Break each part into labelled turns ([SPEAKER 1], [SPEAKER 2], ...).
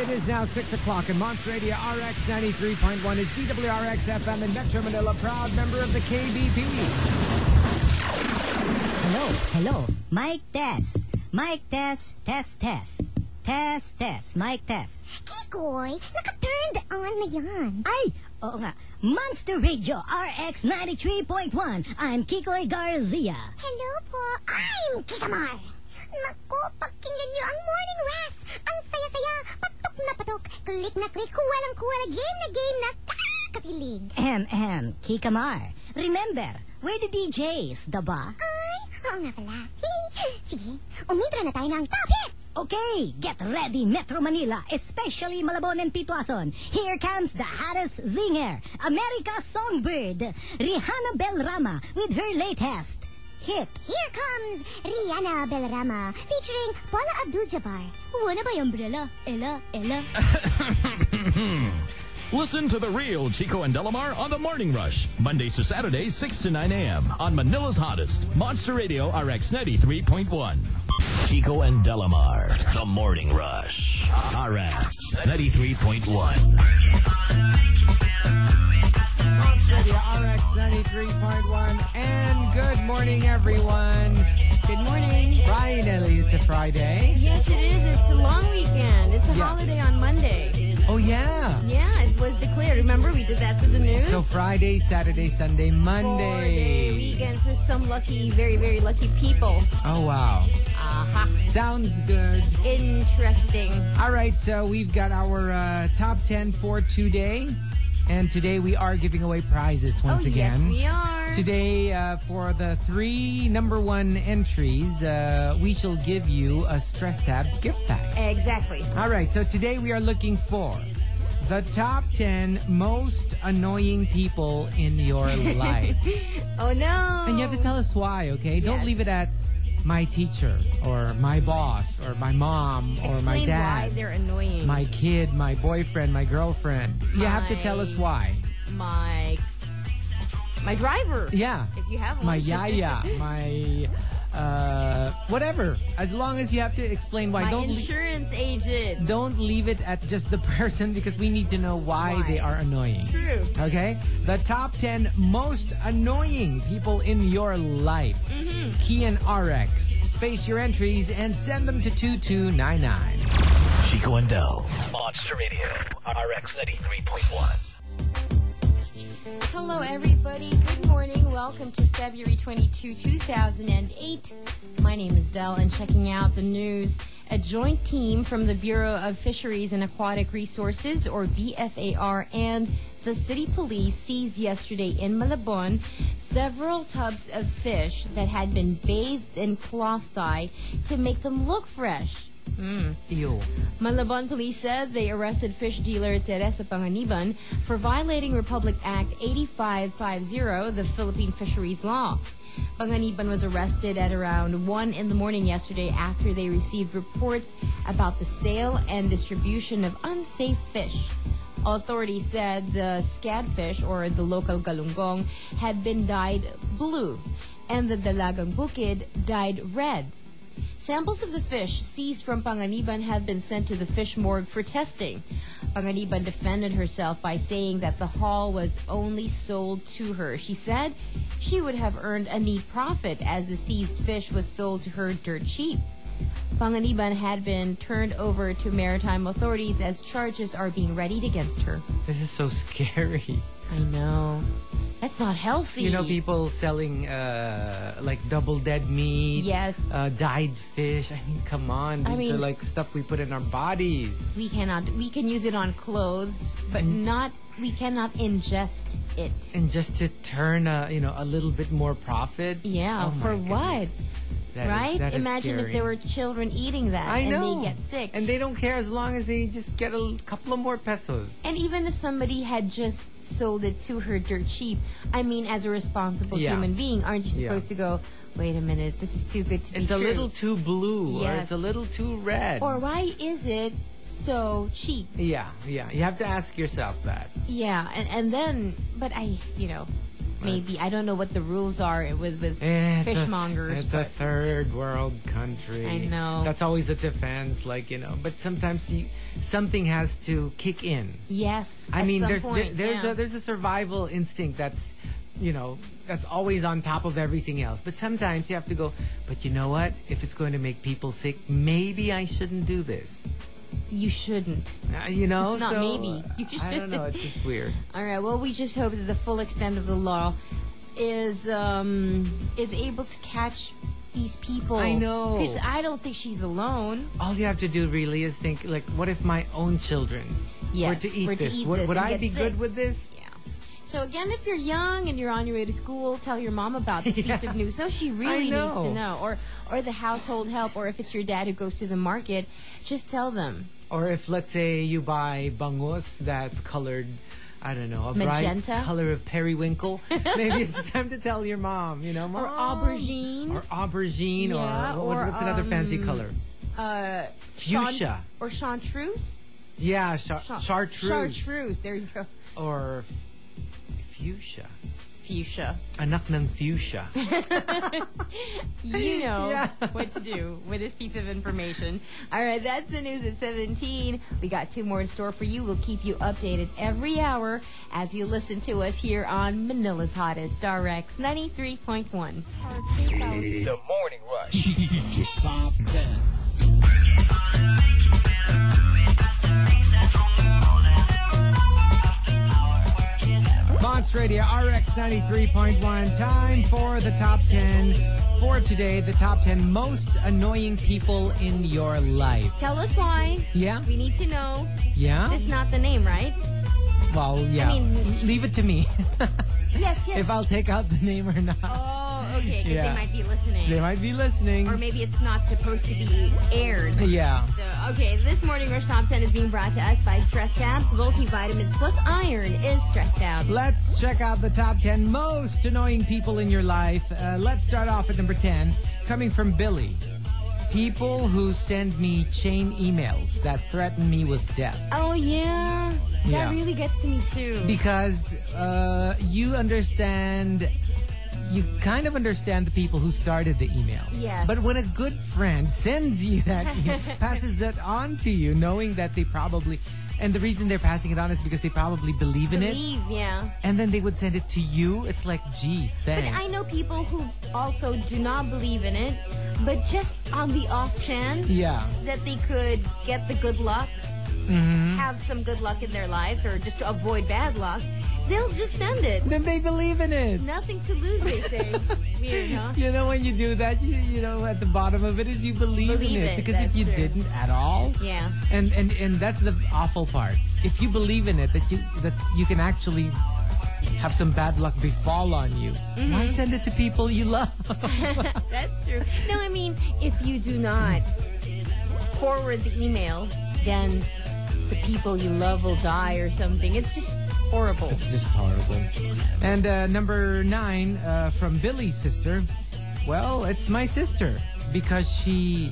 [SPEAKER 1] It is now 6 o'clock, and Monsteria RX 93.1 is DWRX FM in Metro Manila, proud member of the KBP.
[SPEAKER 2] Hello, hello. Mic test. Mic test. Test, test. Test, test. Mic test.
[SPEAKER 3] Kikoy, naka-turned on na yan.
[SPEAKER 2] Ay! Oo nga. Monster Radio RX 93.1. I'm Kikoy Garcia.
[SPEAKER 3] Hello po, I'm Kikamar. Naku, pakinggan niyo ang morning rest. Ang saya-saya, patok na patok, klik na klik, kuwalang kuwala, game na game na kakakilig.
[SPEAKER 2] Ahem, ahem. Kikamar. Remember, we're the DJs, diba?
[SPEAKER 3] Ay, oo nga pala. Sige, umintro na tayo ng top hits.
[SPEAKER 2] Okay, get ready, Metro Manila, especially Malabon and Pituason. Here comes the hottest zinger, America Songbird, Rihanna Belrama, with her latest hit.
[SPEAKER 3] Here comes Rihanna Belrama featuring Paula Abdul-Jabbar. Wanna buy umbrella? Ella, Ella.
[SPEAKER 4] Listen to the real Chico and Delamar on the Morning Rush, Mondays to Saturdays, 6 to 9 a.m. on Manila's hottest Monster Radio RX 93.1. Chico and Delamar, the Morning Rush, RX 93.1.
[SPEAKER 1] Monsteria RX 93.1, and good morning, everyone.
[SPEAKER 5] Good morning.
[SPEAKER 1] Finally, it's a Friday.
[SPEAKER 5] Yes, it is. It's a long weekend. It's a
[SPEAKER 1] Yes.
[SPEAKER 5] holiday on Monday.
[SPEAKER 1] Oh, yeah.
[SPEAKER 5] Yeah, it was declared. Remember, we did that for the news.
[SPEAKER 1] So Friday, Saturday, Sunday,
[SPEAKER 5] Four-day
[SPEAKER 1] Monday.
[SPEAKER 5] weekend for some lucky, very, very lucky people.
[SPEAKER 1] Oh, wow.
[SPEAKER 5] Aha.
[SPEAKER 1] Sounds good.
[SPEAKER 5] Interesting.
[SPEAKER 1] All right, so we've got our uh, top 10 for today. And today we are giving away prizes once
[SPEAKER 5] oh, yes,
[SPEAKER 1] again.
[SPEAKER 5] we are.
[SPEAKER 1] Today, uh, for the three number one entries, uh, we shall give you a Stress Tabs gift pack.
[SPEAKER 5] Exactly.
[SPEAKER 1] All right, so today we are looking for the top 10 most annoying people in your life.
[SPEAKER 5] Oh, no.
[SPEAKER 1] and you have to tell us why, okay? Don't
[SPEAKER 5] Yes.
[SPEAKER 1] leave it at my teacher or my boss or my mom or
[SPEAKER 5] Explain
[SPEAKER 1] my dad.
[SPEAKER 5] why they're annoying.
[SPEAKER 1] my kid, my boyfriend, my girlfriend. You have to
[SPEAKER 5] My-
[SPEAKER 1] tell us why.
[SPEAKER 5] my, my driver.
[SPEAKER 1] Yeah.
[SPEAKER 5] If you have one.
[SPEAKER 1] my yaya, my uh, whatever. As long as you have to explain why.
[SPEAKER 5] My
[SPEAKER 1] don't le-
[SPEAKER 5] insurance agent.
[SPEAKER 1] don't leave it at just the person because we need to know why,
[SPEAKER 5] Why?
[SPEAKER 1] they are annoying.
[SPEAKER 5] True.
[SPEAKER 1] Okay, the top ten most annoying people in your life.
[SPEAKER 5] Mm-hmm.
[SPEAKER 1] Key and RX. Space your entries and send them to two two nine nine.
[SPEAKER 4] Chico and Del.
[SPEAKER 6] Monster Radio, RX 93.1.
[SPEAKER 7] Hello, everybody. Good morning. Welcome to February 22, 2008. My name is Dell, and checking out the news. A joint team from the Bureau of Fisheries and Aquatic Resources, or BFAR, and the city police seized yesterday in Malabon several tubs of fish that had been bathed in cloth dye to make them look fresh.
[SPEAKER 1] Ew.
[SPEAKER 7] Malabon police said they arrested fish dealer Teresa Panganiban for violating Republic Act 8550, the Philippine Fisheries Law. Panganiban was arrested at around 1 in the morning yesterday after they received reports about the sale and distribution of unsafe fish. Authorities said the scadfish, or the local galunggong, had been dyed blue, and the dalagang bukid dyed red. Samples of the fish seized from Panganiban have been sent to the fish morgue for testing. Panganiban defended herself by saying that the haul was only sold to her. She said she would have earned a neat profit as the seized fish was sold to her dirt cheap. Panganiban had been turned over to maritime authorities as charges are being readied against her.
[SPEAKER 1] This is so scary.
[SPEAKER 7] I know. That's not healthy.
[SPEAKER 1] You know, people selling uh, like double dead meat.
[SPEAKER 7] Yes.
[SPEAKER 1] Uh, dyed fish. I mean, come on. These
[SPEAKER 7] I
[SPEAKER 1] are
[SPEAKER 7] mean-
[SPEAKER 1] like stuff we put in our bodies.
[SPEAKER 7] we cannot we can use it on clothes, but
[SPEAKER 1] Mm-hmm.
[SPEAKER 7] not we cannot ingest it.
[SPEAKER 1] And just to turn a you know a little bit more profit.
[SPEAKER 7] Yeah,
[SPEAKER 1] Oh my
[SPEAKER 7] for what?
[SPEAKER 1] goodness. That is-
[SPEAKER 7] right?
[SPEAKER 1] that is
[SPEAKER 7] Imagine if
[SPEAKER 1] scary.
[SPEAKER 7] there were children eating that
[SPEAKER 1] I
[SPEAKER 7] and
[SPEAKER 1] know.
[SPEAKER 7] they get sick.
[SPEAKER 1] And they don't care as long as they just get a l- couple of more pesos.
[SPEAKER 7] And even if somebody had just sold it to her dirt cheap, I mean, as a responsible
[SPEAKER 1] Yeah.
[SPEAKER 7] human being, aren't you
[SPEAKER 1] Yeah.
[SPEAKER 7] supposed to go, wait a minute, this is too good to be
[SPEAKER 1] It's a
[SPEAKER 7] true?
[SPEAKER 1] little too blue or it's
[SPEAKER 7] Yes.
[SPEAKER 1] a little too red.
[SPEAKER 7] or why is it so cheap?
[SPEAKER 1] yeah, yeah. You have to ask yourself that.
[SPEAKER 7] Yeah, and, and then, but I, you know, maybe. I don't know what the rules are with with
[SPEAKER 8] Eh, it's a-
[SPEAKER 7] fishmongers.
[SPEAKER 8] It's a third world country.
[SPEAKER 7] I know.
[SPEAKER 8] That's always a defense, like you know. But sometimes you, something has to kick in.
[SPEAKER 7] yes,
[SPEAKER 8] I
[SPEAKER 7] at
[SPEAKER 8] mean,
[SPEAKER 7] some
[SPEAKER 8] there's
[SPEAKER 7] point,
[SPEAKER 8] there- there's
[SPEAKER 7] yeah.
[SPEAKER 8] a there's a survival instinct that's, you know, that's always on top of everything else. But sometimes you have to go. But you know what? If it's going to make people sick, maybe I shouldn't do this.
[SPEAKER 7] you shouldn't.
[SPEAKER 8] Uh, you know,
[SPEAKER 7] Not
[SPEAKER 8] so,
[SPEAKER 7] maybe. You
[SPEAKER 8] I don't know.
[SPEAKER 7] should.
[SPEAKER 8] It's just weird.
[SPEAKER 7] All right. Well, we just hope that the full extent of the law is um, is able to catch these people.
[SPEAKER 8] I know.
[SPEAKER 7] Because I don't think she's alone.
[SPEAKER 8] all you have to do really is think like what if my own children
[SPEAKER 7] Yes,
[SPEAKER 8] were to eat
[SPEAKER 7] were to
[SPEAKER 8] this
[SPEAKER 7] eat
[SPEAKER 8] would,
[SPEAKER 7] this
[SPEAKER 8] would
[SPEAKER 7] and
[SPEAKER 8] i
[SPEAKER 7] get
[SPEAKER 8] be good
[SPEAKER 7] sick.
[SPEAKER 8] with this
[SPEAKER 7] Yeah. So again, if you're young and you're on your way to school, tell your mom about this piece of news. No, she really needs
[SPEAKER 8] know.
[SPEAKER 7] to know, or or the household help, or if it's your dad who goes to the market, just tell them.
[SPEAKER 8] or if let's say you buy bangos that's colored I don't know, a
[SPEAKER 7] Magenta?
[SPEAKER 8] bright color of periwinkle. Maybe it's time to tell your mom, you know, mom.
[SPEAKER 7] Or aubergine.
[SPEAKER 8] Um, Or aubergine,
[SPEAKER 7] Yeah,
[SPEAKER 8] or, what-
[SPEAKER 7] or,
[SPEAKER 8] what's another fancy
[SPEAKER 7] um,
[SPEAKER 8] color?
[SPEAKER 7] uh,
[SPEAKER 8] Fuchsia.
[SPEAKER 7] Chan- or chartreuse.
[SPEAKER 8] Yeah, char-
[SPEAKER 7] Cha-
[SPEAKER 8] chartreuse.
[SPEAKER 7] Chartreuse. There you go.
[SPEAKER 8] Or fuchsia.
[SPEAKER 7] Fuchsia.
[SPEAKER 8] Anak ng fuchsia.
[SPEAKER 7] You know
[SPEAKER 8] Yeah.
[SPEAKER 7] what to do with this piece of information. All right, that's the news at 17. We got two more in store for you. We'll keep you updated every hour as you listen to us here on Manila's Hottest Star Rex 93.1.
[SPEAKER 6] The Morning Rush.
[SPEAKER 1] Monts Radio RX 93.1. Time for the top 10 for today. The top 10 most annoying people in your life.
[SPEAKER 7] Tell us why.
[SPEAKER 1] Yeah?
[SPEAKER 7] We need to know.
[SPEAKER 1] Yeah?
[SPEAKER 7] It's not the name, right?
[SPEAKER 1] Well, yeah.
[SPEAKER 7] mean-
[SPEAKER 1] Leave it to me
[SPEAKER 7] Yes, yes.
[SPEAKER 1] if I'll take out the name or not.
[SPEAKER 7] oh, okay, because
[SPEAKER 1] Yeah.
[SPEAKER 7] they might be
[SPEAKER 1] They
[SPEAKER 7] listening.
[SPEAKER 1] might be listening.
[SPEAKER 7] Or maybe it's not supposed to be aired.
[SPEAKER 1] yeah.
[SPEAKER 7] So, okay, this morning Rush Top 10 is being brought to us by Stress Tabs. Multivitamins plus iron is Stress Tabs.
[SPEAKER 1] Let's check out the top 10 most annoying people in your life. Uh, let's start off at number 10, coming from Billy. People who send me chain emails that threaten me with death.
[SPEAKER 7] Oh yeah, that
[SPEAKER 1] Yeah.
[SPEAKER 7] really gets to me too.
[SPEAKER 1] because uh, you understand you kind of understand the people who started the email.
[SPEAKER 7] Yes.
[SPEAKER 1] But when a good friend sends you that email, passes that on to you, knowing that they probably and the reason they're passing it on is because they probably believe in it.
[SPEAKER 7] Believe, yeah.
[SPEAKER 1] And then they would send it to you. It's like, gee,
[SPEAKER 7] But
[SPEAKER 1] thanks.
[SPEAKER 7] I know people who also do not believe in it, but just on the off chance
[SPEAKER 1] yeah.
[SPEAKER 7] that they could get the good luck,
[SPEAKER 1] Mm-hmm.
[SPEAKER 7] have some good luck in their lives, or just to avoid bad luck, they'll just send it.
[SPEAKER 1] Then they believe in it.
[SPEAKER 7] Nothing to lose, they say. Weird, huh?
[SPEAKER 1] You know when you do that, you, you know at the bottom of it is you believe,
[SPEAKER 7] Believe
[SPEAKER 1] in it.
[SPEAKER 7] it,
[SPEAKER 1] Because if
[SPEAKER 7] that's
[SPEAKER 1] you
[SPEAKER 7] true.
[SPEAKER 1] didn't at all,
[SPEAKER 7] Yeah.
[SPEAKER 1] and and and that's the awful part if you believe in it that you that you can actually have some bad luck befall on you
[SPEAKER 7] Mm-hmm.
[SPEAKER 1] why send it to people you love
[SPEAKER 7] That's true. No, I mean, if you do not forward the email, then the people you love will die or something. It's just horrible.
[SPEAKER 1] it's just horrible and uh, number nine uh, from billy's sister well it's my sister because she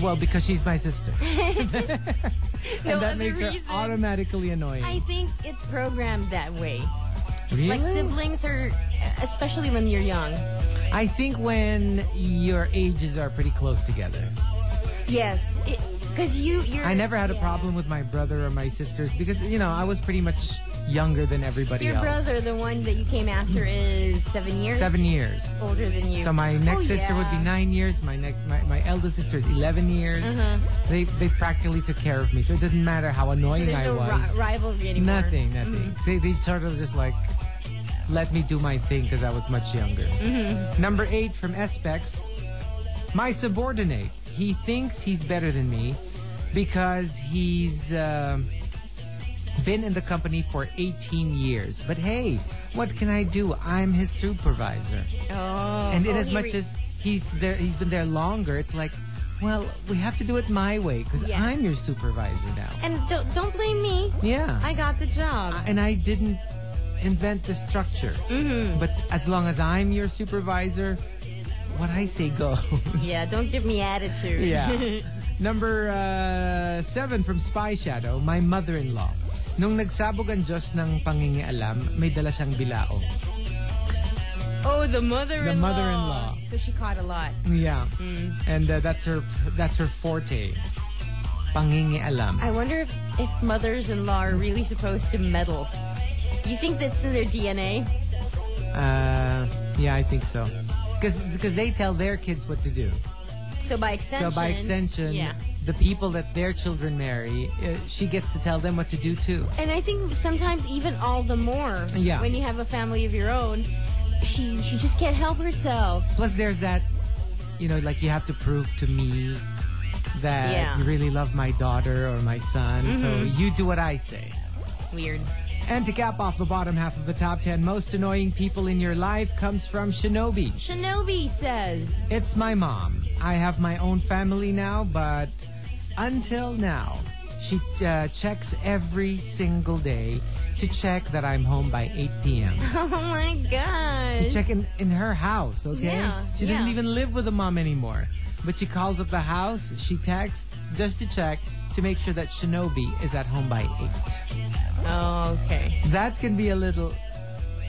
[SPEAKER 1] well because she's my sister
[SPEAKER 7] No
[SPEAKER 1] and that
[SPEAKER 7] other
[SPEAKER 1] makes her
[SPEAKER 7] reason.
[SPEAKER 1] automatically annoying
[SPEAKER 7] I think it's programmed that way.
[SPEAKER 1] really?
[SPEAKER 7] Like siblings are, especially when you're young.
[SPEAKER 1] i think when your ages are pretty close together
[SPEAKER 7] Yes, because you you're.
[SPEAKER 1] I never had a
[SPEAKER 7] yeah.
[SPEAKER 1] problem with my brother or my sisters because you know I was pretty much younger than everybody
[SPEAKER 7] Your
[SPEAKER 1] else.
[SPEAKER 7] brother, the one that you came after, is seven years.
[SPEAKER 1] Seven years.
[SPEAKER 7] older than you.
[SPEAKER 1] So my next
[SPEAKER 7] Oh,
[SPEAKER 1] sister would be
[SPEAKER 7] yeah.
[SPEAKER 1] nine years. My next, my, my eldest sister is eleven years.
[SPEAKER 7] Uh-huh.
[SPEAKER 1] They they practically took care of me, so it doesn't matter how
[SPEAKER 7] So
[SPEAKER 1] annoying
[SPEAKER 7] there's
[SPEAKER 1] I
[SPEAKER 7] no
[SPEAKER 1] was.
[SPEAKER 7] ri- rivalry anymore.
[SPEAKER 1] nothing, nothing.
[SPEAKER 7] Mm-hmm.
[SPEAKER 1] They they sort of just like let me do my thing because I was much younger.
[SPEAKER 7] Mm-hmm.
[SPEAKER 1] Number eight from Espex, my subordinate. He thinks he's better than me because he's. um been in the company for 18 years. But hey, what can I do? I'm his supervisor.
[SPEAKER 7] Oh.
[SPEAKER 1] And in
[SPEAKER 7] Oh,
[SPEAKER 1] as
[SPEAKER 7] he
[SPEAKER 1] much
[SPEAKER 7] re-
[SPEAKER 1] as he's there, he's been there longer. It's like, well, we have to do it my way because
[SPEAKER 7] Yes.
[SPEAKER 1] I'm your supervisor now.
[SPEAKER 7] And don't, don't blame me.
[SPEAKER 1] yeah,
[SPEAKER 7] I got the job.
[SPEAKER 1] and I didn't invent the structure. But as long as I'm your supervisor, what I say goes.
[SPEAKER 7] yeah, don't give me attitude.
[SPEAKER 1] Yeah. Number uh, seven from Spy Shadow, my mother-in-law. Nung nagsabog ang Diyos ng pangingialam, may dala siyang bilao.
[SPEAKER 7] Oh, the mother-in-law.
[SPEAKER 1] mother-in-law.
[SPEAKER 7] So she caught a lot.
[SPEAKER 1] Yeah. And uh, that's her that's her forte. Pangingialam.
[SPEAKER 7] I wonder if, if mothers-in-law are really supposed to meddle. You think that's in their DNA?
[SPEAKER 1] Uh, yeah, I think so. Because they tell their kids what to do.
[SPEAKER 7] So by extension.
[SPEAKER 1] so by extension,
[SPEAKER 7] Yeah.
[SPEAKER 1] the people that their children marry, uh, she gets to tell them what to do too.
[SPEAKER 7] And I think sometimes even all the more
[SPEAKER 1] Yeah.
[SPEAKER 7] when you have a family of your own, she she just can't help herself.
[SPEAKER 1] Plus, there's that, you know, like you have to prove to me that
[SPEAKER 7] Yeah. Mm-hmm.
[SPEAKER 1] you really love my daughter or my son. So you do what I say.
[SPEAKER 7] Weird.
[SPEAKER 1] And to cap off the bottom half of the top 10 most annoying people in your life comes from Shinobi.
[SPEAKER 7] Shinobi says,
[SPEAKER 1] It's my mom. I have my own family now, but until now, she uh, checks every single day to check that I'm home by 8 p.m.
[SPEAKER 7] "Oh my
[SPEAKER 1] to
[SPEAKER 7] gosh."
[SPEAKER 1] check in, in her house, okay?
[SPEAKER 7] Yeah,
[SPEAKER 1] she doesn't
[SPEAKER 7] yeah.
[SPEAKER 1] even live with the mom anymore. But she calls up the house, she texts just to check to make sure that Shinobi is at home by 8.
[SPEAKER 7] Oh, okay.
[SPEAKER 1] That can be a little.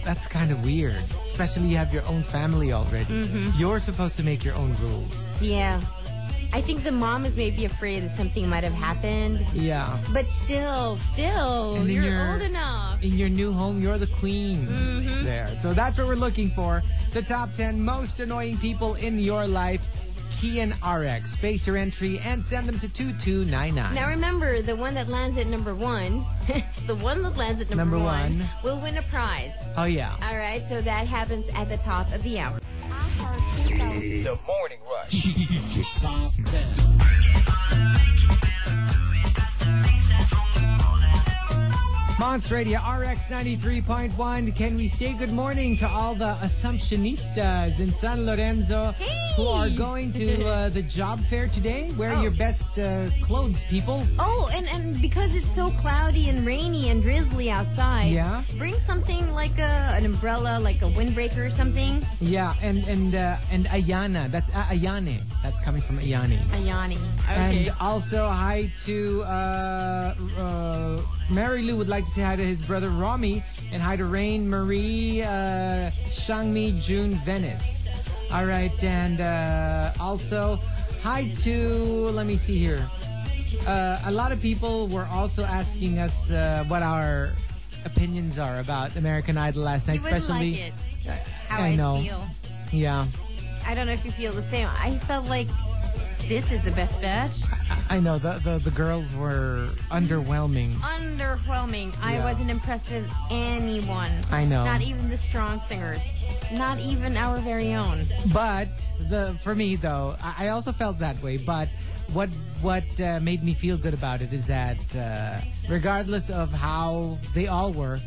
[SPEAKER 1] That's kind of weird, especially you have your own family already.
[SPEAKER 7] Mm-hmm.
[SPEAKER 1] You're supposed to make your own rules.
[SPEAKER 7] Yeah. I think the mom is maybe afraid that something might have happened,
[SPEAKER 1] Yeah.
[SPEAKER 7] but still, still,
[SPEAKER 1] And then
[SPEAKER 7] you're,
[SPEAKER 1] you're-
[SPEAKER 7] old enough.
[SPEAKER 1] in your new home, you're the queen
[SPEAKER 7] Mm-hmm.
[SPEAKER 1] there. So that's what we're looking for. The top 10 most annoying people in your life. Key and RX. Space your entry and send them to 2299.
[SPEAKER 7] Now remember, the one that lands at number one, the one that lands at number,
[SPEAKER 1] Number one.
[SPEAKER 7] will win a prize.
[SPEAKER 1] oh, yeah.
[SPEAKER 7] All right, so that happens at the top of the hour.
[SPEAKER 9] The Morning Rush.
[SPEAKER 1] Monster Radio RX 93.1. Can we say good morning to all the Assumptionistas in San Lorenzo who are going to uh, the job fair today? Wear your best uh, clothes, people.
[SPEAKER 7] Oh, and, and because it's so cloudy and rainy and drizzly outside,
[SPEAKER 1] Yeah.
[SPEAKER 7] bring something like a, an umbrella, like a windbreaker or something.
[SPEAKER 1] Yeah, and and uh, and Ayana. That's uh, Ayane. That's coming from Ayane.
[SPEAKER 7] A yawning.
[SPEAKER 1] And also, hi to uh, uh, Mary Lou would like to say hi to his brother Rami, and hi to Rain Marie uh, Shangmi June Venice. All right, and uh, also, hi to, let me see here. Uh, a lot of people were also asking us uh, what our opinions are about American Idol last night,
[SPEAKER 7] you wouldn't
[SPEAKER 1] especially.
[SPEAKER 7] like it. How
[SPEAKER 1] I
[SPEAKER 7] I,
[SPEAKER 1] know.
[SPEAKER 7] feel.
[SPEAKER 1] Yeah,
[SPEAKER 7] I don't know if you feel the same. I felt like this is the best batch.
[SPEAKER 1] I know the, the the girls were underwhelming.
[SPEAKER 7] Underwhelming. I
[SPEAKER 1] Yeah.
[SPEAKER 7] wasn't impressed with anyone.
[SPEAKER 1] I know.
[SPEAKER 7] Not even the strong singers. Not even our very own.
[SPEAKER 1] But the for me though, I, I also felt that way. But what what uh, made me feel good about it is that uh, regardless of how they all were,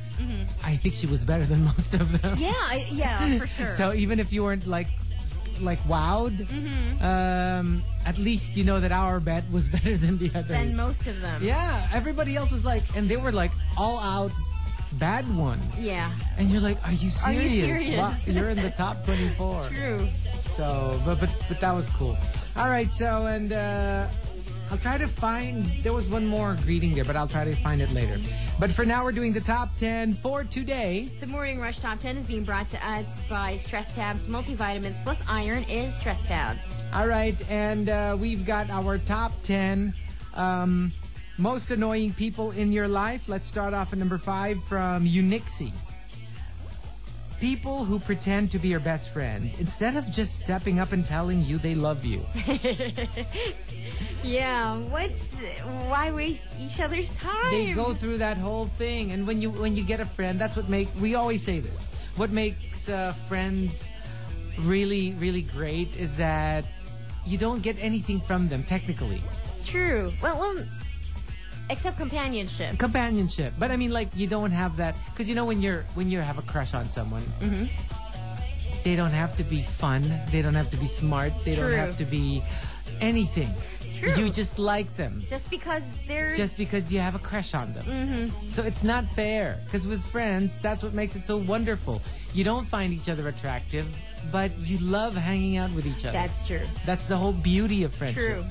[SPEAKER 1] I think she was better than most of them.
[SPEAKER 7] Mm-hmm. Yeah, I, yeah, for sure.
[SPEAKER 1] So even if you weren't like like wowed,
[SPEAKER 7] Mm-hmm.
[SPEAKER 1] um, at least you know that our bet was better than the others.
[SPEAKER 7] than most of them.
[SPEAKER 1] yeah, everybody else was like, and they were like all out bad ones.
[SPEAKER 7] Yeah.
[SPEAKER 1] And you're like, are you
[SPEAKER 7] Are you
[SPEAKER 1] serious?
[SPEAKER 7] serious?
[SPEAKER 1] Wow, you're in the top 24.
[SPEAKER 7] True.
[SPEAKER 1] So, but but but that was cool. All right. So, and uh, I'll try to find. There was one more greeting there, but I'll try to find it later. But for now, we're doing the top ten for today.
[SPEAKER 7] The Morning Rush Top 10 is being brought to us by Stress Tabs. Multivitamins plus iron is Stress Tabs.
[SPEAKER 1] All right, and uh, we've got our top ten um, most annoying people in your life. Let's start off at number five from Unixie. People who pretend to be your best friend instead of just stepping up and telling you they love you.
[SPEAKER 7] Yeah, what's. Why waste each other's time?
[SPEAKER 1] they go through that whole thing and when you when you get a friend that's what make we always say this what makes uh, friends really really great is that you don't get anything from them technically
[SPEAKER 7] True. Well, well, except companionship.
[SPEAKER 1] companionship but i mean like you don't have that because you know when you're when you have a crush on someone
[SPEAKER 7] Mm-hmm.
[SPEAKER 1] they don't have to be fun they don't have to be smart they
[SPEAKER 7] True.
[SPEAKER 1] don't have to be anything
[SPEAKER 7] True.
[SPEAKER 1] you just like them
[SPEAKER 7] Just because they're.
[SPEAKER 1] just because you have a crush on them.
[SPEAKER 7] Mm-hmm.
[SPEAKER 1] So it's not fair. Because with friends, that's what makes it so wonderful. You don't find each other attractive, but you love hanging out with each other.
[SPEAKER 7] That's true.
[SPEAKER 1] That's the whole beauty of friendship.
[SPEAKER 7] True.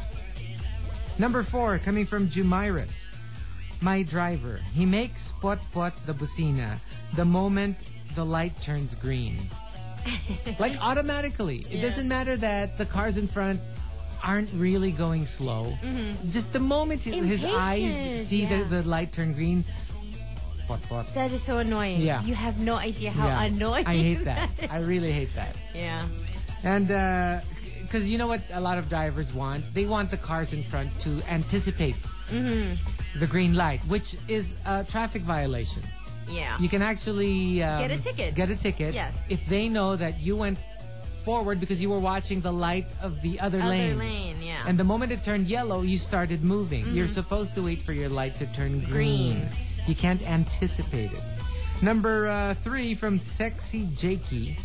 [SPEAKER 1] Number four, coming from Jumyrus. My driver. He makes pot pot the busina the moment the light turns green. like automatically. It doesn't matter that the cars in front aren't really going slow. Just the moment his eyes
[SPEAKER 7] Impatient,
[SPEAKER 1] see
[SPEAKER 7] Mm-hmm. yeah.
[SPEAKER 1] the, the light turn green, pot pot.
[SPEAKER 7] That is so annoying.
[SPEAKER 1] Yeah.
[SPEAKER 7] You have no idea how
[SPEAKER 1] Yeah.
[SPEAKER 7] annoying.
[SPEAKER 1] I hate that. I
[SPEAKER 7] is.
[SPEAKER 1] really hate that.
[SPEAKER 7] yeah.
[SPEAKER 1] And because you know what a lot of drivers want? They want the cars in front to anticipate the green light, which is a traffic violation.
[SPEAKER 7] Yeah.
[SPEAKER 1] You can actually um,
[SPEAKER 7] Get a ticket.
[SPEAKER 1] Get a ticket.
[SPEAKER 7] Yes.
[SPEAKER 1] If they know that you went forward because you were watching the light of the other,
[SPEAKER 7] Other
[SPEAKER 1] lanes.
[SPEAKER 7] lane, yeah. Mm-hmm.
[SPEAKER 1] And the moment it turned yellow, you started moving. You're supposed to wait for your light to turn green.
[SPEAKER 7] Green.
[SPEAKER 1] You can't anticipate it. Number uh, three from Sexy Jakey,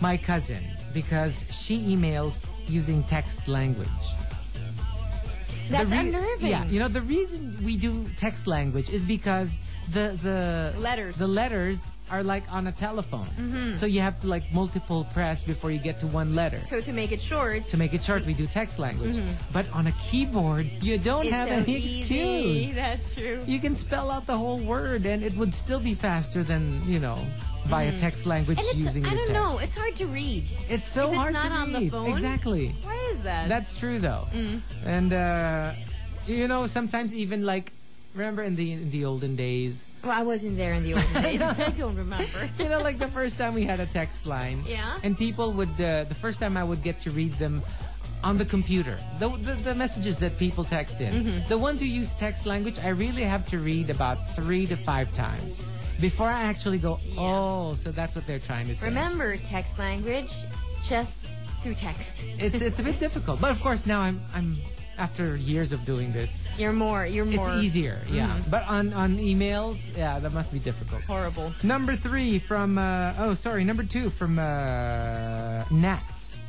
[SPEAKER 1] my cousin, because she emails using text language.
[SPEAKER 7] That's
[SPEAKER 1] The rea-
[SPEAKER 7] unnerving.
[SPEAKER 1] Yeah, you know the reason we do text language is because the the
[SPEAKER 7] Letters. Mm-hmm.
[SPEAKER 1] the letters are like on a telephone, so you have to like multiple press before you get to one letter.
[SPEAKER 7] So to make it short,
[SPEAKER 1] to make it short, we do text language, but on a keyboard you don't
[SPEAKER 7] it's
[SPEAKER 1] have
[SPEAKER 7] so
[SPEAKER 1] any
[SPEAKER 7] easy.
[SPEAKER 1] excuse.
[SPEAKER 7] That's true.
[SPEAKER 1] You can spell out the whole word, and it would still be faster than you know by a text language
[SPEAKER 7] Mm-hmm. And it's,
[SPEAKER 1] using
[SPEAKER 7] I
[SPEAKER 1] your
[SPEAKER 7] don't
[SPEAKER 1] text.
[SPEAKER 7] know, it's hard to read.
[SPEAKER 1] It's so
[SPEAKER 7] If it's
[SPEAKER 1] hard
[SPEAKER 7] not
[SPEAKER 1] to
[SPEAKER 7] on the
[SPEAKER 1] read.
[SPEAKER 7] phone,
[SPEAKER 1] Exactly.
[SPEAKER 7] Why is that?
[SPEAKER 1] That's true though.
[SPEAKER 7] Mm.
[SPEAKER 1] And uh, you know, sometimes even like remember in the in the olden days,
[SPEAKER 7] well, I wasn't there in the old days. I don't remember.
[SPEAKER 1] you know, like the first time we had a text line.
[SPEAKER 7] Yeah.
[SPEAKER 1] And people would uh, the first time I would get to read them on the computer, the the, the messages that people text in,
[SPEAKER 7] Mm-hmm.
[SPEAKER 1] the ones who use text language, I really have to read about three to five times before I actually go. Oh, so that's what they're trying to say.
[SPEAKER 7] Remember text language, just through text.
[SPEAKER 1] It's it's a bit difficult, but of course now I'm I'm after years of doing this.
[SPEAKER 7] You're more. You're more.
[SPEAKER 1] It's easier, yeah. But on on emails, yeah, that must be difficult.
[SPEAKER 7] Horrible.
[SPEAKER 1] Number three from uh, oh sorry, number two from uh, Nats.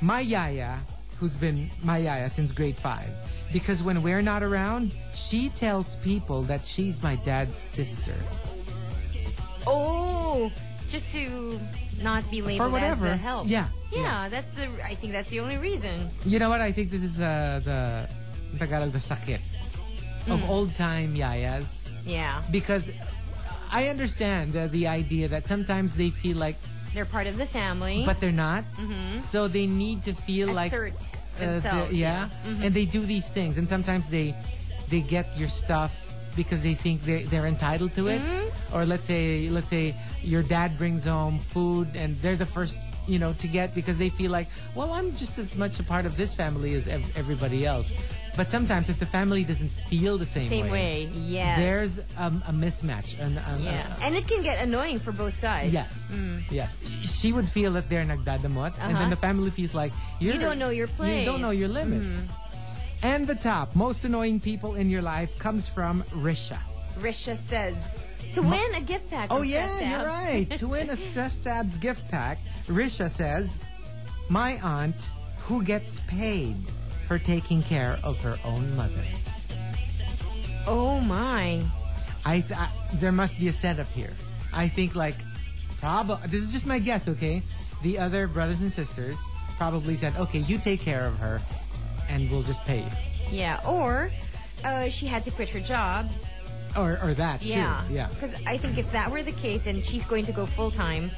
[SPEAKER 1] My yaya, who's been my yaya since grade five, because when we're not around, she tells people that she's my dad's sister
[SPEAKER 7] Oh, just to not be labeled
[SPEAKER 1] for whatever.
[SPEAKER 7] as the help.
[SPEAKER 1] Yeah,
[SPEAKER 7] yeah. that's the. I think that's the only reason.
[SPEAKER 1] You know what? I think this is uh, the in Tagalog the sakit of old time yayas.
[SPEAKER 7] Yeah,
[SPEAKER 1] because I understand uh, the idea that sometimes they feel like,
[SPEAKER 7] they're part of the family.
[SPEAKER 1] but they're not. So they need to feel like,
[SPEAKER 7] Mm-hmm. assert
[SPEAKER 1] uh,
[SPEAKER 7] themselves.
[SPEAKER 1] they're-
[SPEAKER 7] Mm-hmm.
[SPEAKER 1] yeah, and they do these things, and sometimes they they get your stuff because they think they're, they're entitled to it.
[SPEAKER 7] Mm-hmm.
[SPEAKER 1] Or let's say let's say your dad brings home food, and they're the first you know to get because they feel like, well, I'm just as much a part of this family as ev- everybody else. But sometimes if the family doesn't feel the same,
[SPEAKER 7] Same way. Yes.
[SPEAKER 1] there's um, a mismatch. An, an,
[SPEAKER 7] Yeah,
[SPEAKER 1] a-
[SPEAKER 7] and it can get annoying for both sides.
[SPEAKER 1] uh, Yes.
[SPEAKER 7] Mm.
[SPEAKER 1] Yes. She would feel that they're nagdadamot, and then the family feels like You're,
[SPEAKER 7] Uh-huh. don't know your
[SPEAKER 1] You don't know
[SPEAKER 7] place." Mm-hmm.
[SPEAKER 1] your limits. And the top most annoying people in your life comes from Risha.
[SPEAKER 7] Risha says to win a gift pack.
[SPEAKER 1] Oh
[SPEAKER 7] from
[SPEAKER 1] yeah,
[SPEAKER 7] Fest
[SPEAKER 1] you're
[SPEAKER 7] Abs.
[SPEAKER 1] right. to win a Stress Tabs gift pack, Risha says, "My aunt who gets paid for taking care of her own mother."
[SPEAKER 7] Oh my.
[SPEAKER 1] I, th- I there must be a setup here. I think like probably this is just my guess, okay? The other brothers and sisters probably said, "Okay, you take care of her, and we'll just pay you,"
[SPEAKER 7] Yeah. Or uh, she had to quit her job.
[SPEAKER 1] or or that
[SPEAKER 7] Yeah. Uh,
[SPEAKER 1] too. Yeah,
[SPEAKER 7] Because I think if that were the case and she's going to go full time.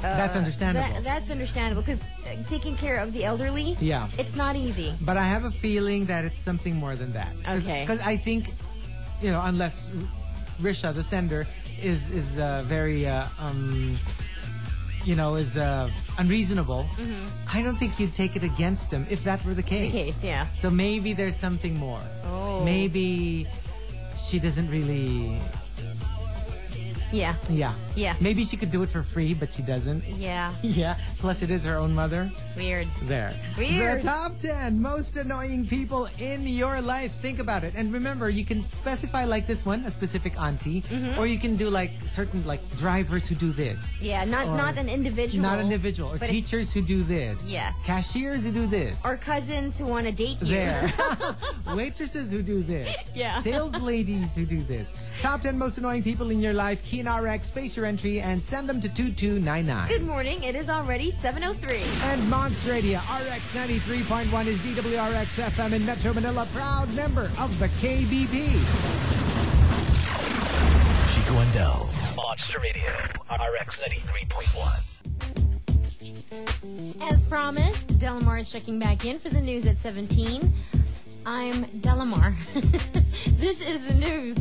[SPEAKER 7] Uh,
[SPEAKER 1] That's understandable.
[SPEAKER 7] that- that's understandable because taking care of the elderly,
[SPEAKER 1] Yeah.
[SPEAKER 7] it's not easy.
[SPEAKER 1] but I have a feeling that it's something more than that.
[SPEAKER 7] Okay.
[SPEAKER 1] because I think you know unless R- Risha the sender is is uh, very. Uh, um, you know, is uh, unreasonable. I don't think you'd take it against them if that were the case.
[SPEAKER 7] Mm-hmm. Case, yeah.
[SPEAKER 1] So maybe there's something more.
[SPEAKER 7] Oh.
[SPEAKER 1] Maybe she doesn't really.
[SPEAKER 7] Yeah.
[SPEAKER 1] Yeah.
[SPEAKER 7] Yeah.
[SPEAKER 1] Maybe she could do it for free, but she doesn't.
[SPEAKER 7] Yeah.
[SPEAKER 1] Yeah. Plus, it is her own mother.
[SPEAKER 7] Weird.
[SPEAKER 1] There.
[SPEAKER 7] Weird.
[SPEAKER 1] The top 10 most annoying people in your life. Think about it. And remember, you can specify like this one, a specific auntie,
[SPEAKER 7] Mm-hmm.
[SPEAKER 1] or you can do like certain like drivers who do this.
[SPEAKER 7] Yeah. Not
[SPEAKER 1] Or-
[SPEAKER 7] not an individual.
[SPEAKER 1] Not an individual. Or
[SPEAKER 7] but it's-
[SPEAKER 1] teachers who do this.
[SPEAKER 7] Yes.
[SPEAKER 1] Cashiers who do this.
[SPEAKER 7] Or cousins who want to date you.
[SPEAKER 1] There. Waitresses who do this.
[SPEAKER 7] Yeah.
[SPEAKER 1] Sales ladies who do this. Top 10 most annoying people in your life. Keen RX, space your entry, and send them to
[SPEAKER 7] Good
[SPEAKER 1] 2299.
[SPEAKER 7] morning. It is already 7.03.
[SPEAKER 1] And Monster Radio, RX 93.1 is DWRX FM in Metro Manila. Proud member of the KBP.
[SPEAKER 10] Chico and Del.
[SPEAKER 4] Monster Radio, RX 93.1.
[SPEAKER 7] promised, Delamar is checking back in for the news at 17. I'm Delamar. this is the news.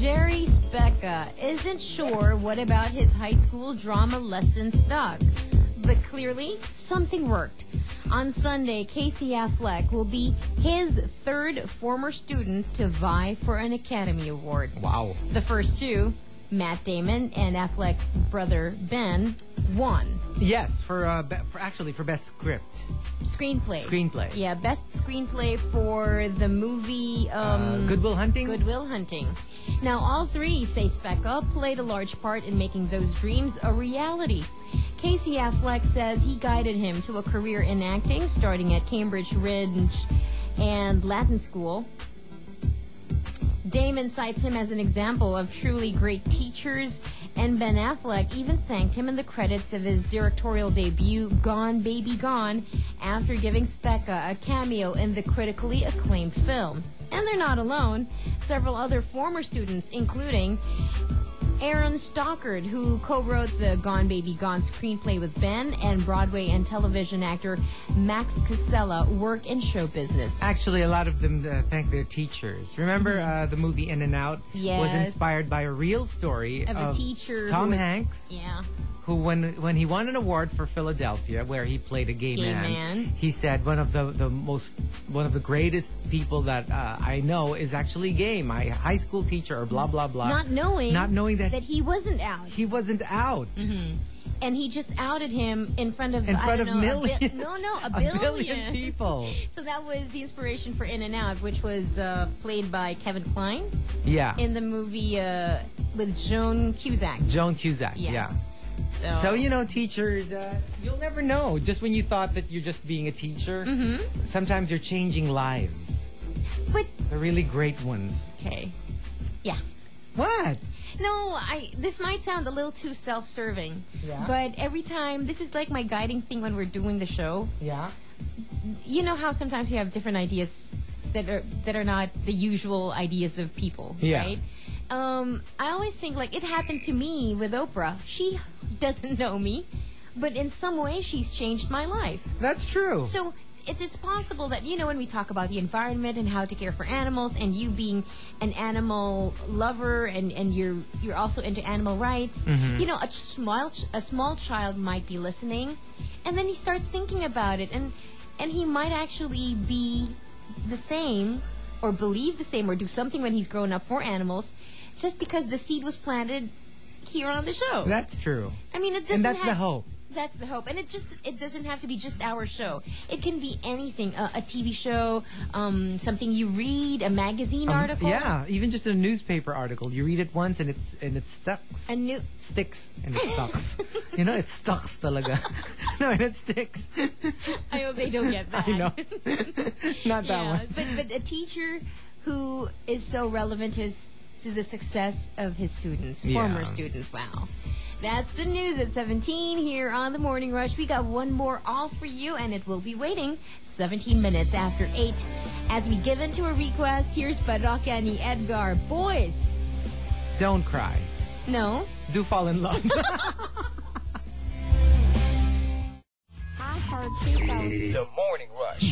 [SPEAKER 7] Jerry Specca isn't sure what about his high school drama lesson stuck, but clearly something worked. On Sunday, Casey Affleck will be his third former student to vie for an Academy Award.
[SPEAKER 8] Wow.
[SPEAKER 7] The first two, Matt Damon and Affleck's brother Ben, won.
[SPEAKER 8] Yes, for, uh, be- for actually for best script.
[SPEAKER 7] Screenplay.
[SPEAKER 8] Screenplay.
[SPEAKER 7] Yeah, best screenplay for the movie um,
[SPEAKER 1] Mm,
[SPEAKER 8] Uh, Goodwill Hunting.
[SPEAKER 7] Goodwill Hunting. Now, all three, say Specca, played a large part in making those dreams a reality. Casey Affleck says he guided him to a career in acting, starting at Cambridge Ridge and Latin School. Damon cites him as an example of truly great teachers, and Ben Affleck even thanked him in the credits of his directorial debut, Gone Baby Gone, after giving Specca a cameo in the critically acclaimed film. And they're not alone. Several other former students, including Aaron Stockard, who co wrote the Gone Baby Gone screenplay with Ben, and Broadway and television actor Max Casella work in show business.
[SPEAKER 8] Actually, a lot of them uh, thank their teachers. Remember
[SPEAKER 1] Mm-hmm.
[SPEAKER 8] uh, the movie In and Out was
[SPEAKER 7] Yes.
[SPEAKER 8] inspired by a real story
[SPEAKER 7] Of a teacher who
[SPEAKER 8] Tom
[SPEAKER 7] was-
[SPEAKER 8] Hanks,
[SPEAKER 7] Yeah.
[SPEAKER 8] who when when he won an award for Philadelphia, where he played a gay,
[SPEAKER 7] Gay man.
[SPEAKER 8] he said one of the, the most one of the greatest people that uh, I know is actually gay. My high school teacher, or blah blah blah.
[SPEAKER 7] Not knowing,
[SPEAKER 8] not knowing that,
[SPEAKER 7] that he wasn't out.
[SPEAKER 8] he wasn't out.
[SPEAKER 7] and he just outed him in front of
[SPEAKER 8] In
[SPEAKER 7] I
[SPEAKER 8] front
[SPEAKER 7] don't
[SPEAKER 8] of
[SPEAKER 7] know,
[SPEAKER 8] million-
[SPEAKER 7] a bi- no, no, a
[SPEAKER 8] a
[SPEAKER 7] billion,
[SPEAKER 8] billion people.
[SPEAKER 7] so that was the inspiration for In and Out, which was uh, played by Kevin Kline
[SPEAKER 8] Yeah,
[SPEAKER 7] in the movie uh, with Joan Cusack.
[SPEAKER 8] Joan Cusack.
[SPEAKER 7] Yes.
[SPEAKER 8] Yeah.
[SPEAKER 7] So,
[SPEAKER 8] So you know, teachers, uh, you'll never know. Just when you thought that you're just being a teacher,
[SPEAKER 7] Mm-hmm.
[SPEAKER 8] sometimes you're changing lives.
[SPEAKER 7] but
[SPEAKER 8] The really great ones.
[SPEAKER 7] okay, yeah.
[SPEAKER 8] What?
[SPEAKER 7] No, I. This might sound a little too self-serving,
[SPEAKER 8] Yeah.
[SPEAKER 7] but every time this is like my guiding thing when we're doing the show.
[SPEAKER 8] Yeah.
[SPEAKER 7] You know how sometimes you have different ideas that are that are not the usual ideas of people,
[SPEAKER 8] Yeah.
[SPEAKER 7] right? Um, I always think like it happened to me with Oprah. She doesn't know me, but in some way she's changed my life.
[SPEAKER 8] That's true.
[SPEAKER 7] So it's, it's possible that, you know, when we talk about the environment and how to care for animals and you being an animal lover and, and you're, you're also into animal rights,
[SPEAKER 8] Mm-hmm.
[SPEAKER 7] you know, a ch- small, ch- a small child might be listening and then he starts thinking about it and, and he might actually be the same or believe the same or do something when he's grown up for animals just because the seed was planted here on the show.
[SPEAKER 8] That's true.
[SPEAKER 7] I mean, it doesn't.
[SPEAKER 8] And that's
[SPEAKER 7] have,
[SPEAKER 8] the hope.
[SPEAKER 7] That's the hope, and it just it doesn't have to be just our show. It can be anything: a, a TV show, um, something you read, a magazine
[SPEAKER 8] Um,
[SPEAKER 7] article.
[SPEAKER 8] Yeah, even just a newspaper article. You read it once and it's and it sticks.
[SPEAKER 7] A new.
[SPEAKER 8] sticks and it sticks. you know, it sticks talaga. no, and it sticks.
[SPEAKER 7] I hope they don't get that.
[SPEAKER 8] I know. Not that
[SPEAKER 7] yeah,
[SPEAKER 8] one.
[SPEAKER 7] but but a teacher who is so relevant is to the success of his students, former
[SPEAKER 8] Yeah.
[SPEAKER 7] students. Wow. That's the news at 17 here on the Morning Rush. We got one more all for you, and it will be waiting 17 minutes after 8. As we give into a request, here's Baraka and Edgar. Boys!
[SPEAKER 8] Don't cry.
[SPEAKER 7] No?
[SPEAKER 8] Do fall in love.
[SPEAKER 6] The Morning Rush.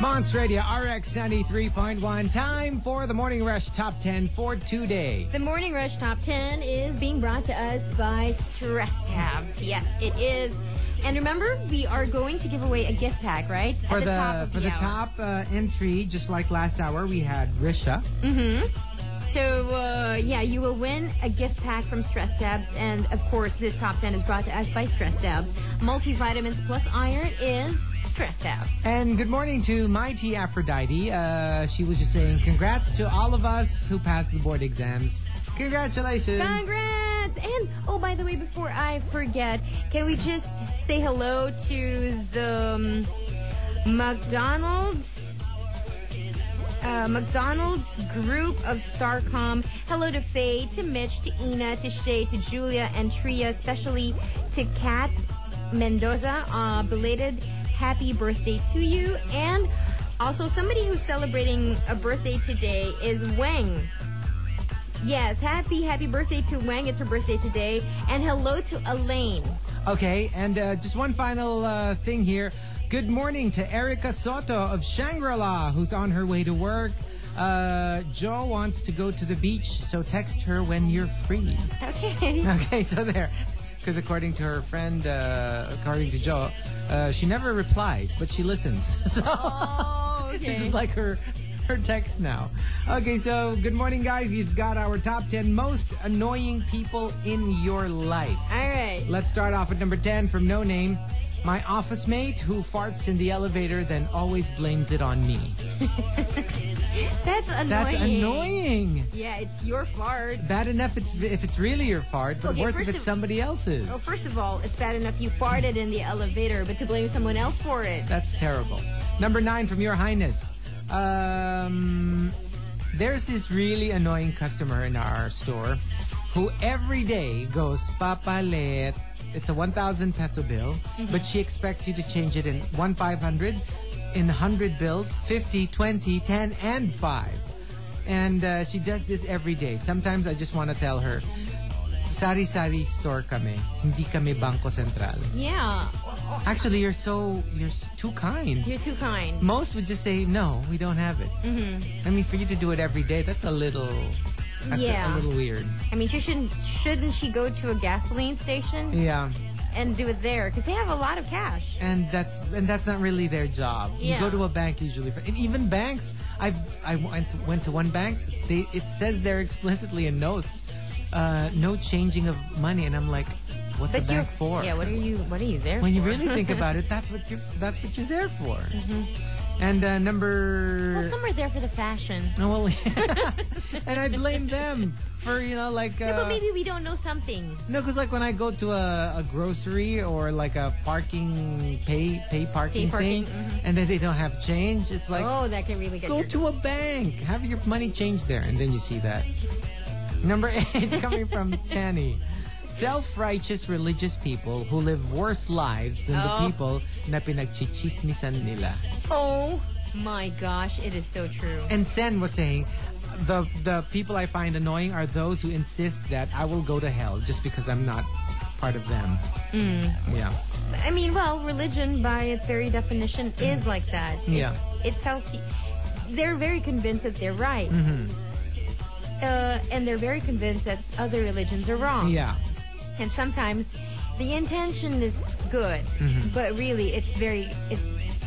[SPEAKER 1] Monts Radio RX 93.1. Time for the Morning Rush Top 10 for today.
[SPEAKER 5] The Morning Rush Top 10 is being brought to us by Stress Tabs. Yes, it is. And remember, we are going to give away a gift pack, right?
[SPEAKER 1] For
[SPEAKER 5] At
[SPEAKER 1] the,
[SPEAKER 5] the, top of
[SPEAKER 1] for
[SPEAKER 5] the,
[SPEAKER 1] the
[SPEAKER 5] hour.
[SPEAKER 1] top uh, entry, just like last hour, we had Risha.
[SPEAKER 5] So, uh, yeah, you will win a gift pack from Stress Tabs. And, of course, this top 10 is brought to us by Stress Tabs. Multivitamins plus iron is Stress Tabs.
[SPEAKER 1] And good morning to Mighty Aphrodite. Uh, she was just saying congrats to all of us who passed the board exams. Congratulations.
[SPEAKER 5] Congrats! And, oh, by the way, before I forget, can we just say hello to the um, McDonald's? Uh, McDonald's group of Starcom. Hello to Faye, to Mitch, to Ina, to Shay, to Julia, and Tria, especially to Kat Mendoza. Uh, belated happy birthday to you. And also, somebody who's celebrating a birthday today is Wang.
[SPEAKER 7] Yes, happy, happy birthday to Wang. It's her birthday today. And hello to Elaine.
[SPEAKER 1] Okay, and uh, just one final uh, thing here. Good morning to Erica Soto of Shangri La, who's on her way to work. Uh, Joe wants to go to the beach, so text her when you're free.
[SPEAKER 7] Okay.
[SPEAKER 1] Okay, so there. Because according to her friend, uh, according to Joe, uh, she never replies, but she listens. So
[SPEAKER 7] Oh,
[SPEAKER 1] this
[SPEAKER 7] okay.
[SPEAKER 1] is like her her text now. Okay, so good morning, guys. We've got our top 10 most annoying people in your life.
[SPEAKER 7] All right.
[SPEAKER 1] Let's start off at number 10 from No Name. My office mate who farts in the elevator then always blames it on me.
[SPEAKER 7] That's annoying.
[SPEAKER 1] That's annoying.
[SPEAKER 7] Yeah, it's your fart.
[SPEAKER 1] Bad enough it's, if it's really your fart, but
[SPEAKER 7] Okay,
[SPEAKER 1] worse if
[SPEAKER 7] first
[SPEAKER 1] it's
[SPEAKER 7] of-
[SPEAKER 1] somebody else's.
[SPEAKER 7] Well, first of all, it's bad enough you farted in the elevator, but to blame someone else for it.
[SPEAKER 1] That's terrible. Number nine from Your Highness. Um, there's this really annoying customer in our store who every day goes papalet. It's a 1,000 peso bill, but she expects you to change it in 1 500, in 100 bills, 50, 20, 10, and 5. And uh, she does this every day. Sometimes I just want to tell her, sari-sari store kami, hindi kami Banco Central.
[SPEAKER 7] Yeah,
[SPEAKER 1] Actually, you're so you're s- too kind.
[SPEAKER 7] you're too kind.
[SPEAKER 1] Most would just say no, we don't have it. Mm-hmm. I mean, for you to do it every day, that's a little, that's a-
[SPEAKER 7] Yeah.
[SPEAKER 1] a little weird.
[SPEAKER 7] I mean, she shouldn't shouldn't she go to a gasoline station
[SPEAKER 1] Yeah,
[SPEAKER 7] and do it there because they have a lot of cash.
[SPEAKER 1] and that's and that's not really their job.
[SPEAKER 7] Yeah.
[SPEAKER 1] You go to a bank usually, for, and even banks. I've I went to, went to one bank. They it says there explicitly in notes, uh, no changing of money, and I'm like, what's a
[SPEAKER 7] you're
[SPEAKER 1] bank for?
[SPEAKER 7] Yeah, what are you what are you there
[SPEAKER 1] when
[SPEAKER 7] for? Mm-hmm.
[SPEAKER 1] you really think about it, that's what you're that's what you're there for. And uh, number
[SPEAKER 7] well, some are there for the fashion.
[SPEAKER 1] Oh, Well, and I blame them for you know like uh,
[SPEAKER 7] Yeah, but maybe we don't know something.
[SPEAKER 1] no, because like when I go to a, a grocery or like a parking pay pay parking, thing,
[SPEAKER 7] parking, mhm.
[SPEAKER 1] and then they don't have change, it's like
[SPEAKER 7] oh, that can really get
[SPEAKER 1] go
[SPEAKER 7] your
[SPEAKER 1] to a bank, have your money changed there, and then you see that. Number eight coming from Tanny. Self-righteous religious people who live worse lives than the
[SPEAKER 7] Oh.
[SPEAKER 1] people na pinagchichismisan nila.
[SPEAKER 7] Oh my gosh, it is so true.
[SPEAKER 1] And Sen was saying, the the people I find annoying are those who insist that I will go to hell just because I'm not part of them.
[SPEAKER 7] Mm.
[SPEAKER 1] Yeah,
[SPEAKER 7] I mean, well, religion by its very definition is like that.
[SPEAKER 1] yeah.
[SPEAKER 7] It tells you they're very convinced that they're right.
[SPEAKER 1] Mm-hmm.
[SPEAKER 7] Uh, and they're very convinced that other religions are wrong.
[SPEAKER 1] Yeah,
[SPEAKER 7] And sometimes the intention is good,
[SPEAKER 1] Mm-hmm.
[SPEAKER 7] but really it's very it,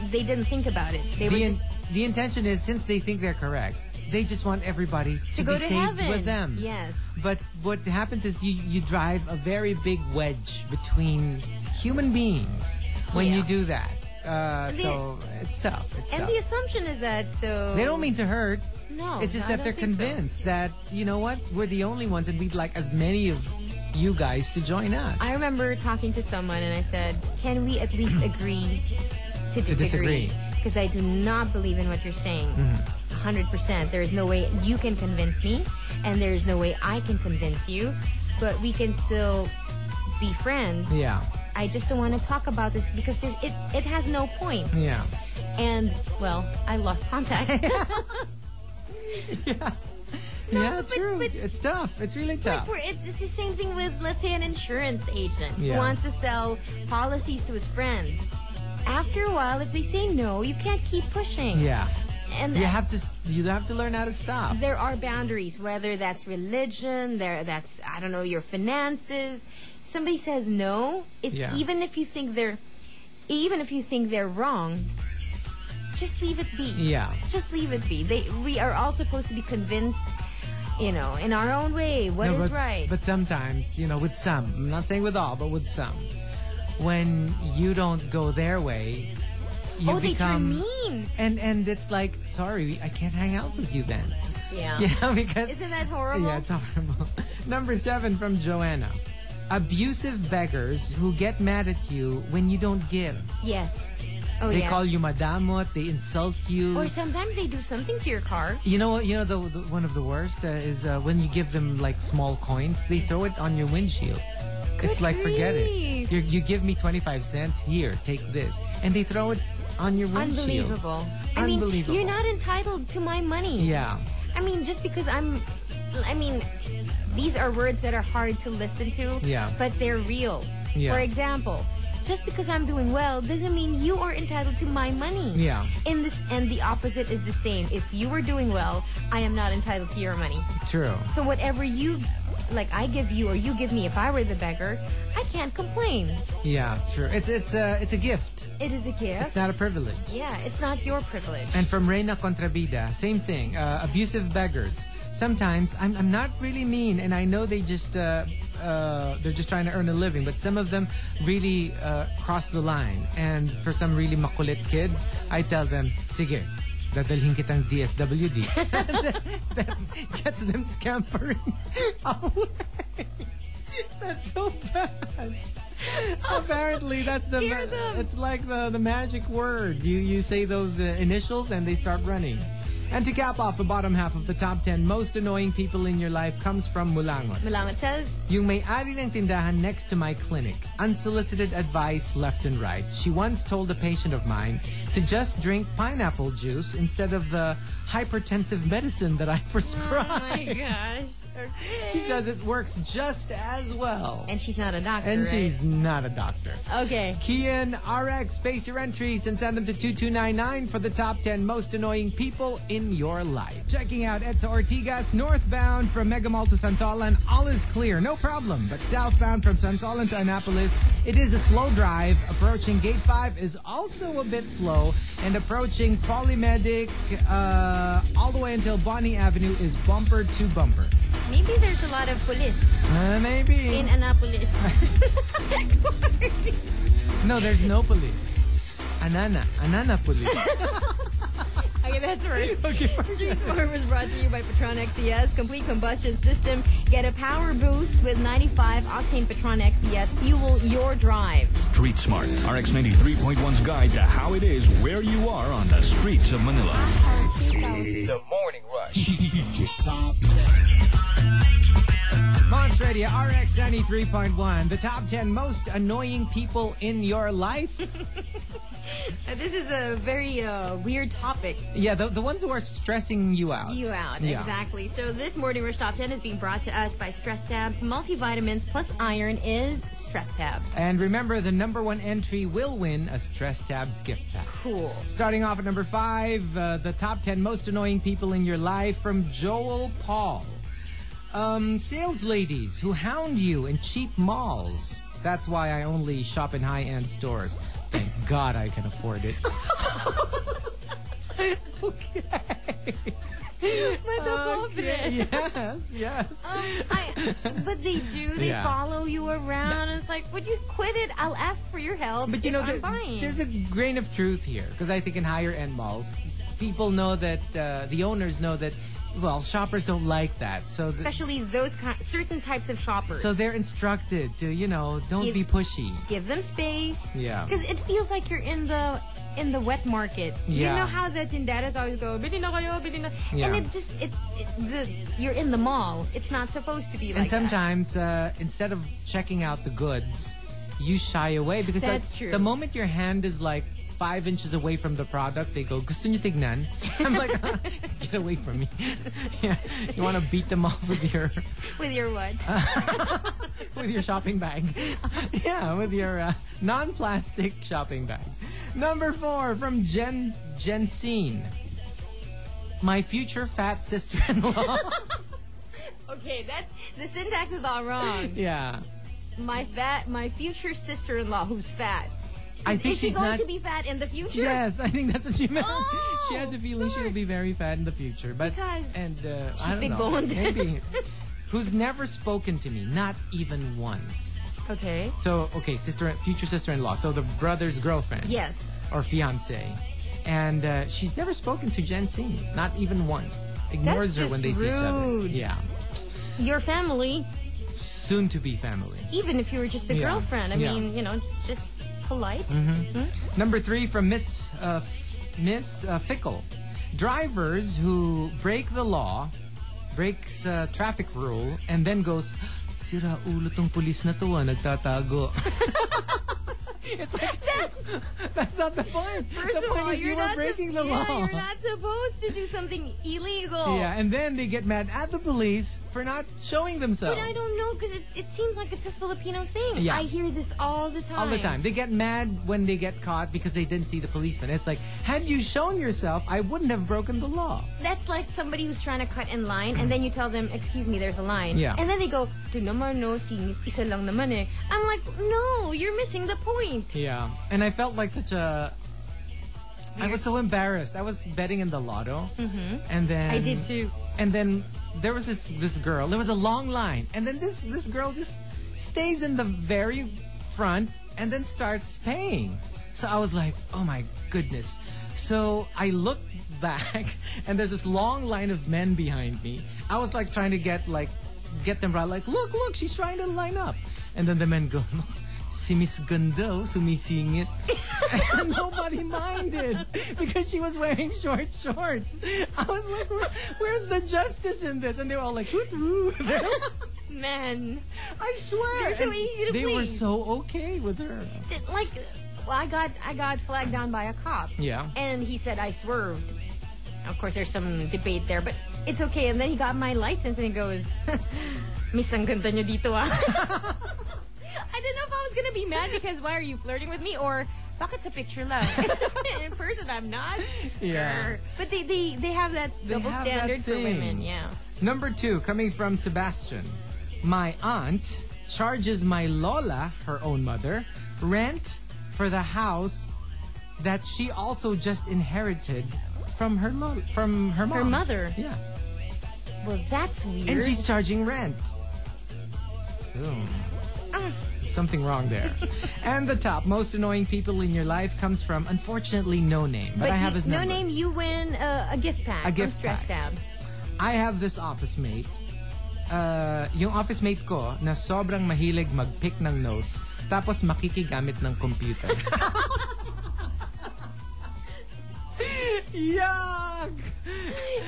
[SPEAKER 7] they didn't think about it. They were
[SPEAKER 1] the, in-
[SPEAKER 7] just
[SPEAKER 1] the intention is since they think they're correct, they just want everybody to,
[SPEAKER 7] to
[SPEAKER 1] be
[SPEAKER 7] go to
[SPEAKER 1] saved
[SPEAKER 7] heaven
[SPEAKER 1] with them.
[SPEAKER 7] Yes.
[SPEAKER 1] But what happens is you, you drive a very big wedge between human beings when you
[SPEAKER 7] Yeah.
[SPEAKER 1] do that. Uh,
[SPEAKER 7] The-
[SPEAKER 1] so it's tough. It's
[SPEAKER 7] And
[SPEAKER 1] tough.
[SPEAKER 7] the assumption is that so
[SPEAKER 1] they don't mean to hurt.
[SPEAKER 7] No,
[SPEAKER 1] It's just that
[SPEAKER 7] I don't
[SPEAKER 1] they're
[SPEAKER 7] think so.
[SPEAKER 1] convinced that, you know what, we're the only ones and we'd like as many of you guys to join us.
[SPEAKER 7] I remember talking to someone and I said, "Can we at least agree to
[SPEAKER 1] disagree.
[SPEAKER 7] disagree?" Mm-hmm. Because I do not believe in what you're saying. 100%. There is no way you can convince me and there is no way I can convince you, but we can still be friends.
[SPEAKER 1] yeah,
[SPEAKER 7] I just don't want to talk about this because there's, it it has no point.
[SPEAKER 1] yeah.
[SPEAKER 7] And well, I lost contact.
[SPEAKER 1] yeah,
[SPEAKER 7] but-
[SPEAKER 1] true.
[SPEAKER 7] but-
[SPEAKER 1] it's tough. It's really
[SPEAKER 7] Like
[SPEAKER 1] tough.
[SPEAKER 7] for it's it's the same thing with let's say an insurance agent
[SPEAKER 1] Yeah.
[SPEAKER 7] who wants to sell policies to his friends. After a while, if they say no, you can't keep pushing.
[SPEAKER 1] yeah.
[SPEAKER 7] and
[SPEAKER 1] You have to s- you have to learn how to stop.
[SPEAKER 7] there are boundaries, whether that's religion, there that's I don't know your finances. Somebody says no, if
[SPEAKER 1] Yeah.
[SPEAKER 7] even if you think they're even if you think they're wrong, just leave it be.
[SPEAKER 1] Yeah.
[SPEAKER 7] Just leave it be. They we are all supposed to be convinced, you know, in our own way what
[SPEAKER 1] No,
[SPEAKER 7] is
[SPEAKER 1] but,
[SPEAKER 7] right.
[SPEAKER 1] But sometimes, you know, with some, I'm not saying with all, but with some, when you don't go their way, you
[SPEAKER 7] oh, they
[SPEAKER 1] become
[SPEAKER 7] turn mean.
[SPEAKER 1] and and it's like, sorry, I can't hang out with you then.
[SPEAKER 7] Yeah.
[SPEAKER 1] Yeah, because
[SPEAKER 7] Isn't that horrible?
[SPEAKER 1] Yeah, it's horrible. Number seven from Joanna. Abusive beggars who get mad at you when you don't give.
[SPEAKER 7] yes. Oh,
[SPEAKER 1] they
[SPEAKER 7] yes.
[SPEAKER 1] call you madamot, they insult you.
[SPEAKER 7] Or sometimes they do something to your car.
[SPEAKER 1] you know what? You know the, the one of the worst uh, is uh, when you give them like small coins. They throw it on your windshield. it's
[SPEAKER 7] Good
[SPEAKER 1] like forget it.
[SPEAKER 7] grief.
[SPEAKER 1] you you give me twenty five cents here, take this, and they throw it on your windshield.
[SPEAKER 7] Unbelievable. I
[SPEAKER 1] Unbelievable.
[SPEAKER 7] mean, you're not entitled to my money.
[SPEAKER 1] Yeah,
[SPEAKER 7] I mean, just because I'm I mean, these are words that are hard to listen to,
[SPEAKER 1] Yeah.
[SPEAKER 7] but they're real.
[SPEAKER 1] Yeah.
[SPEAKER 7] For example, just because I'm doing well doesn't mean you are entitled to my money.
[SPEAKER 1] Yeah.
[SPEAKER 7] In this and the opposite is the same. If you are doing well, I am not entitled to your money.
[SPEAKER 1] True.
[SPEAKER 7] So whatever you like I give you or you give me if I were the beggar, I can't complain.
[SPEAKER 1] Yeah, true. It's it's a it's a gift.
[SPEAKER 7] It is a
[SPEAKER 1] It's
[SPEAKER 7] gift.
[SPEAKER 1] not a privilege.
[SPEAKER 7] yeah, it's not your privilege.
[SPEAKER 1] And from Reina Contrabida, same thing. Uh, abusive beggars. Sometimes I'm, I'm not really mean, and I know they just uh, uh, they're just trying to earn a living. But some of them really uh, cross the line. And for some really makulit kids, I tell them, "Sige, dadalhin kitang DSWD." that gets them scampering away. That's so bad. Apparently, that's the.
[SPEAKER 7] Scare them.
[SPEAKER 1] It's like the, the magic word. You you say those uh, initials and they start running. And to cap off the bottom half of the top 10 most annoying people in your life comes from Mulangon.
[SPEAKER 7] Malangat says,
[SPEAKER 1] Yung may-ari ng tindahan next to my clinic. Unsolicited advice left and right. She once told a patient of mine to just drink pineapple juice instead of the hypertensive medicine that I prescribe.
[SPEAKER 7] gosh.
[SPEAKER 1] She says it works just as well.
[SPEAKER 7] And she's not a doctor.
[SPEAKER 1] And
[SPEAKER 7] right?
[SPEAKER 1] she's not a doctor.
[SPEAKER 7] Okay.
[SPEAKER 1] Kian RX, space your entries and send them to 2299 for the top 10 most annoying people in your life. Checking out Etza Ortigas, northbound from Megamall to Santolan, all is clear, no problem. But southbound from Santolan to Annapolis, it is a slow drive. Approaching Gate 5 is also a bit slow, and approaching Polymedic uh, all the way until Bonnie Avenue is bumper to bumper.
[SPEAKER 7] Maybe there's a lot of police
[SPEAKER 1] Uh, maybe.
[SPEAKER 7] in Annapolis.
[SPEAKER 1] No, there's no police. Anana, Anana police.
[SPEAKER 7] okay, that's worse.
[SPEAKER 1] Okay, first.
[SPEAKER 7] Street Smart was brought to you by Petron XDS Complete Combustion System. Get a power boost with 95 octane Petron XDS. Fuel your drive.
[SPEAKER 4] Street Smart, RX 93.1's guide to how it is where you are on the streets of Manila.
[SPEAKER 3] The Morning Rush.
[SPEAKER 1] Monster Radio RX 93.1, the top 10 most annoying people in your life.
[SPEAKER 7] Uh, This is a very uh, weird topic.
[SPEAKER 1] yeah, the, the ones who are stressing you out.
[SPEAKER 7] You out,
[SPEAKER 1] Yeah.
[SPEAKER 7] exactly. So this morning Rush Top 10 is being brought to us by Stress Tabs. Multivitamins plus iron is Stress Tabs.
[SPEAKER 1] And remember, the number one entry will win a Stress Tabs gift pack.
[SPEAKER 7] Cool.
[SPEAKER 1] Starting off at number five, uh, the top 10 most annoying people in your life from Joel Paul. Um, sales ladies who hound you in cheap malls. That's why I only shop in high end stores. Thank God I can afford it. yes, yes.
[SPEAKER 7] Um, I, but they do. They
[SPEAKER 1] Yeah.
[SPEAKER 7] follow you around. and It's like, would you quit it? I'll ask for your help.
[SPEAKER 1] But you
[SPEAKER 7] if
[SPEAKER 1] know,
[SPEAKER 7] I'm
[SPEAKER 1] there-
[SPEAKER 7] buying.
[SPEAKER 1] there's a grain of truth here because I think in higher end malls, people know that uh, the owners know that. Well, shoppers don't like that, so th-
[SPEAKER 7] especially those ki- certain types of shoppers.
[SPEAKER 1] so they're instructed to you know don't
[SPEAKER 7] Give-
[SPEAKER 1] be pushy.
[SPEAKER 7] give them space.
[SPEAKER 1] Yeah.
[SPEAKER 7] because it feels like you're in the in the wet market.
[SPEAKER 1] Yeah.
[SPEAKER 7] you know how the tinderas always go, "Bili na kayo, bili na,"
[SPEAKER 1] Yeah.
[SPEAKER 7] and it just it's it, the you're in the mall. It's not supposed to be
[SPEAKER 1] and
[SPEAKER 7] like that.
[SPEAKER 1] sometimes uh, instead of checking out the goods, you shy away because like,
[SPEAKER 7] That's true.
[SPEAKER 1] The moment your hand is like. Five inches away from the product, they go, Gusto niyo tignan? I'm like, get away from me. yeah, you want to beat them off with your
[SPEAKER 7] with your what?
[SPEAKER 1] Uh. with your shopping bag. yeah, with your uh, non-plastic shopping bag. Number four from Jen Jensine, my future fat sister-in-law.
[SPEAKER 7] okay, that's the syntax is all wrong.
[SPEAKER 1] yeah,
[SPEAKER 7] My fat, my future sister-in-law who's fat.
[SPEAKER 1] I
[SPEAKER 7] Is-
[SPEAKER 1] think
[SPEAKER 7] is she
[SPEAKER 1] she's
[SPEAKER 7] going
[SPEAKER 1] not.
[SPEAKER 7] to be fat in the future?
[SPEAKER 1] Yes, I think that's what she meant.
[SPEAKER 7] Oh,
[SPEAKER 1] she has a feeling she will be very fat in the future, but
[SPEAKER 7] Because
[SPEAKER 1] and uh, I don't
[SPEAKER 7] big
[SPEAKER 1] know,
[SPEAKER 7] boned.
[SPEAKER 1] maybe. Who's never spoken to me, not even once.
[SPEAKER 7] Okay.
[SPEAKER 1] So okay, sister, future sister-in-law. So the brother's girlfriend.
[SPEAKER 7] Yes.
[SPEAKER 1] or fiance, and uh, she's never spoken to Jensen, not even once. Ignores her
[SPEAKER 7] That's
[SPEAKER 1] when
[SPEAKER 7] just
[SPEAKER 1] they see each other.
[SPEAKER 7] rude.
[SPEAKER 1] Yeah,
[SPEAKER 7] Your family,
[SPEAKER 1] soon to be family.
[SPEAKER 7] even if you were just a
[SPEAKER 1] Yeah.
[SPEAKER 7] girlfriend, I
[SPEAKER 1] Yeah. Mm-hmm.
[SPEAKER 7] mean, you know, it's just polite.
[SPEAKER 1] Number three from Miss uh, F- Miss uh, Fickle, drivers who break the law, breaks uh, traffic rule, and then goes, "Sira ulo tong pulis na to, ah, nagtatago."
[SPEAKER 8] It's like
[SPEAKER 7] That's
[SPEAKER 8] that's not the point.
[SPEAKER 7] first
[SPEAKER 8] the
[SPEAKER 7] of
[SPEAKER 8] point
[SPEAKER 7] all,
[SPEAKER 8] is
[SPEAKER 7] you're
[SPEAKER 8] you were
[SPEAKER 7] not
[SPEAKER 8] breaking
[SPEAKER 7] sup-
[SPEAKER 8] the
[SPEAKER 7] yeah,
[SPEAKER 8] law.
[SPEAKER 7] You're not supposed to do something illegal.
[SPEAKER 1] Yeah, and then they get mad at the police for not showing themselves.
[SPEAKER 7] But I don't know because it, it seems like it's a Filipino thing.
[SPEAKER 1] Yeah.
[SPEAKER 7] I hear this all the time.
[SPEAKER 1] All the time. They get mad when they get caught because they didn't see the policeman. It's like, had you shown yourself, I wouldn't have broken the law.
[SPEAKER 7] That's like somebody who's trying to cut in line and then you tell them, excuse me, there's a line.
[SPEAKER 1] Yeah.
[SPEAKER 7] And then they go, "Di naman no, si isa lang naman eh. I'm like, no, you're missing the point.
[SPEAKER 1] Yeah. And I felt like such a. I was so embarrassed. I was betting in the lotto, mm-hmm. and then
[SPEAKER 7] I did too.
[SPEAKER 1] And then there was this this girl. There was a long line, and then this this girl just stays in the very front and then starts paying. So I was like, oh my goodness. So I look back, and there's this long line of men behind me. I was like trying to get like get them right. Like, look, look, she's trying to line up. And then the men go, si Miss Gundo sumisingit. and nobody minded because she was wearing short shorts. I was like, "Where- where's the justice in this? And they were all like, hoot woo. They're like-
[SPEAKER 7] Man.
[SPEAKER 1] I swear.
[SPEAKER 7] They're so
[SPEAKER 1] And
[SPEAKER 7] easy to
[SPEAKER 1] They were
[SPEAKER 7] please.
[SPEAKER 1] so okay with her.
[SPEAKER 7] Th- Like, well, I got I got flagged down by a cop.
[SPEAKER 1] Yeah.
[SPEAKER 7] And he said I swerved. Of course, there's some debate there, but it's okay. And then he got my license and he goes, Miss, ang ganda niyo dito ah. I didn't know if I was going to be mad because why are you flirting with me or bakit sa picture lang? In person, I'm not.
[SPEAKER 1] Yeah.
[SPEAKER 7] Grr. But they, they, they have that double
[SPEAKER 1] have that
[SPEAKER 7] standard for
[SPEAKER 1] thing.
[SPEAKER 7] women, yeah.
[SPEAKER 1] Number two, coming from Sebastian. My aunt charges my Lola, her own mother, rent for the house that she also just inherited from her lo- from her mom.
[SPEAKER 7] Her mother.
[SPEAKER 1] Yeah.
[SPEAKER 7] Well, that's weird.
[SPEAKER 1] And she's charging rent. Boom. Something wrong there. and the top most annoying people in your life comes from unfortunately no name, but,
[SPEAKER 7] but
[SPEAKER 1] I have
[SPEAKER 7] you-
[SPEAKER 1] his
[SPEAKER 7] no
[SPEAKER 1] number.
[SPEAKER 7] name, you win uh, a gift pack
[SPEAKER 1] A
[SPEAKER 7] from
[SPEAKER 1] gift
[SPEAKER 7] Stress
[SPEAKER 1] pack.
[SPEAKER 7] Tabs.
[SPEAKER 1] I have this office mate. Uh, yung office mate ko na sobrang mahilig mag-pick ng nose tapos makikigamit ng computer. Yuck!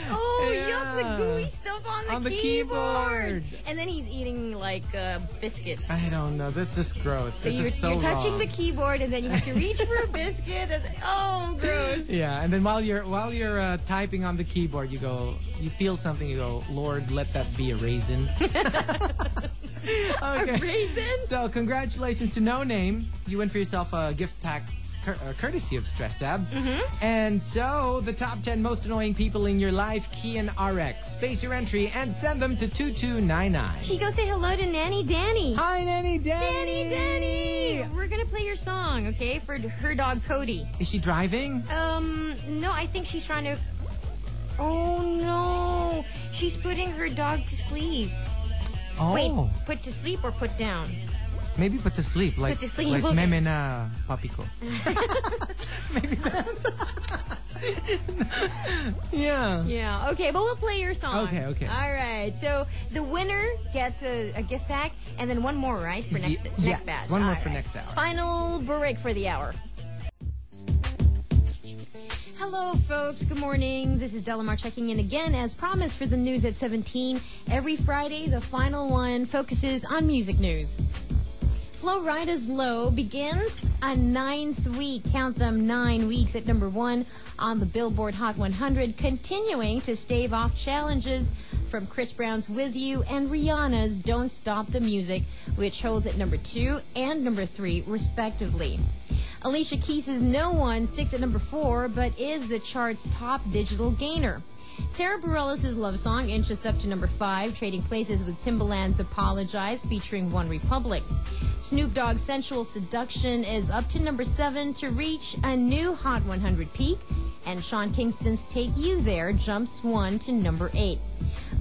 [SPEAKER 7] Oh,
[SPEAKER 1] Yeah.
[SPEAKER 7] you have the gooey stuff on the,
[SPEAKER 1] On the keyboard.
[SPEAKER 7] keyboard. And then he's eating like uh, biscuits.
[SPEAKER 1] I don't know. This is gross.
[SPEAKER 7] So
[SPEAKER 1] this
[SPEAKER 7] you're,
[SPEAKER 1] is so
[SPEAKER 7] you're touching
[SPEAKER 1] wrong.
[SPEAKER 7] the keyboard and then you have to reach for a biscuit. And, oh, gross.
[SPEAKER 1] Yeah, and then while you're while you're uh, typing on the keyboard, you go, you feel something. You go, Lord, let that be a raisin. okay.
[SPEAKER 7] Raisins?
[SPEAKER 1] So congratulations to No Name. You win for yourself a gift pack. Cur- uh, courtesy of Stress Dabs.
[SPEAKER 7] Mm-hmm.
[SPEAKER 1] And so, the top 10 most annoying people in your life, Key and RX. Space your entry and send them to 2299.
[SPEAKER 7] She go say hello to Nanny Danny.
[SPEAKER 1] Hi, Nanny Danny.
[SPEAKER 7] Nanny Danny! We're gonna play your song, okay? For her dog Cody.
[SPEAKER 1] Is she driving?
[SPEAKER 7] Um, no, I think she's trying to. Oh no! She's putting her dog to sleep.
[SPEAKER 1] Oh.
[SPEAKER 7] Wait, put to sleep or put down?
[SPEAKER 1] Maybe put to sleep, like
[SPEAKER 7] to sleep.
[SPEAKER 1] like meme na papi ko. Maybe that. yeah.
[SPEAKER 7] Yeah, okay, but we'll play your song.
[SPEAKER 1] Okay, okay.
[SPEAKER 7] All right, so the winner gets a, a gift pack and then one more, right? For next,
[SPEAKER 1] Ye-
[SPEAKER 7] next
[SPEAKER 1] yes,
[SPEAKER 7] batch.
[SPEAKER 1] one more
[SPEAKER 7] All
[SPEAKER 1] for
[SPEAKER 7] right.
[SPEAKER 1] next hour.
[SPEAKER 7] Final break for the hour. Hello, folks. Good morning. This is Delamar checking in again, as promised, for the news at 17. Every Friday, the final one focuses on music news. Flow Rida's Low begins a ninth week. Count them nine weeks at number one on the Billboard Hot 100, continuing to stave off challenges from Chris Brown's With You and Rihanna's Don't Stop the Music, which holds at number two and number three, respectively. Alicia Keys' No One sticks at number four, but is the chart's top digital gainer. Sarah Bareilles' love song inches up to number five, trading places with Timbaland's Apologize featuring One Republic. Snoop Dogg's Sensual Seduction is up to number seven to reach a new Hot 100 peak, and Sean Kingston's Take You There jumps one to number eight.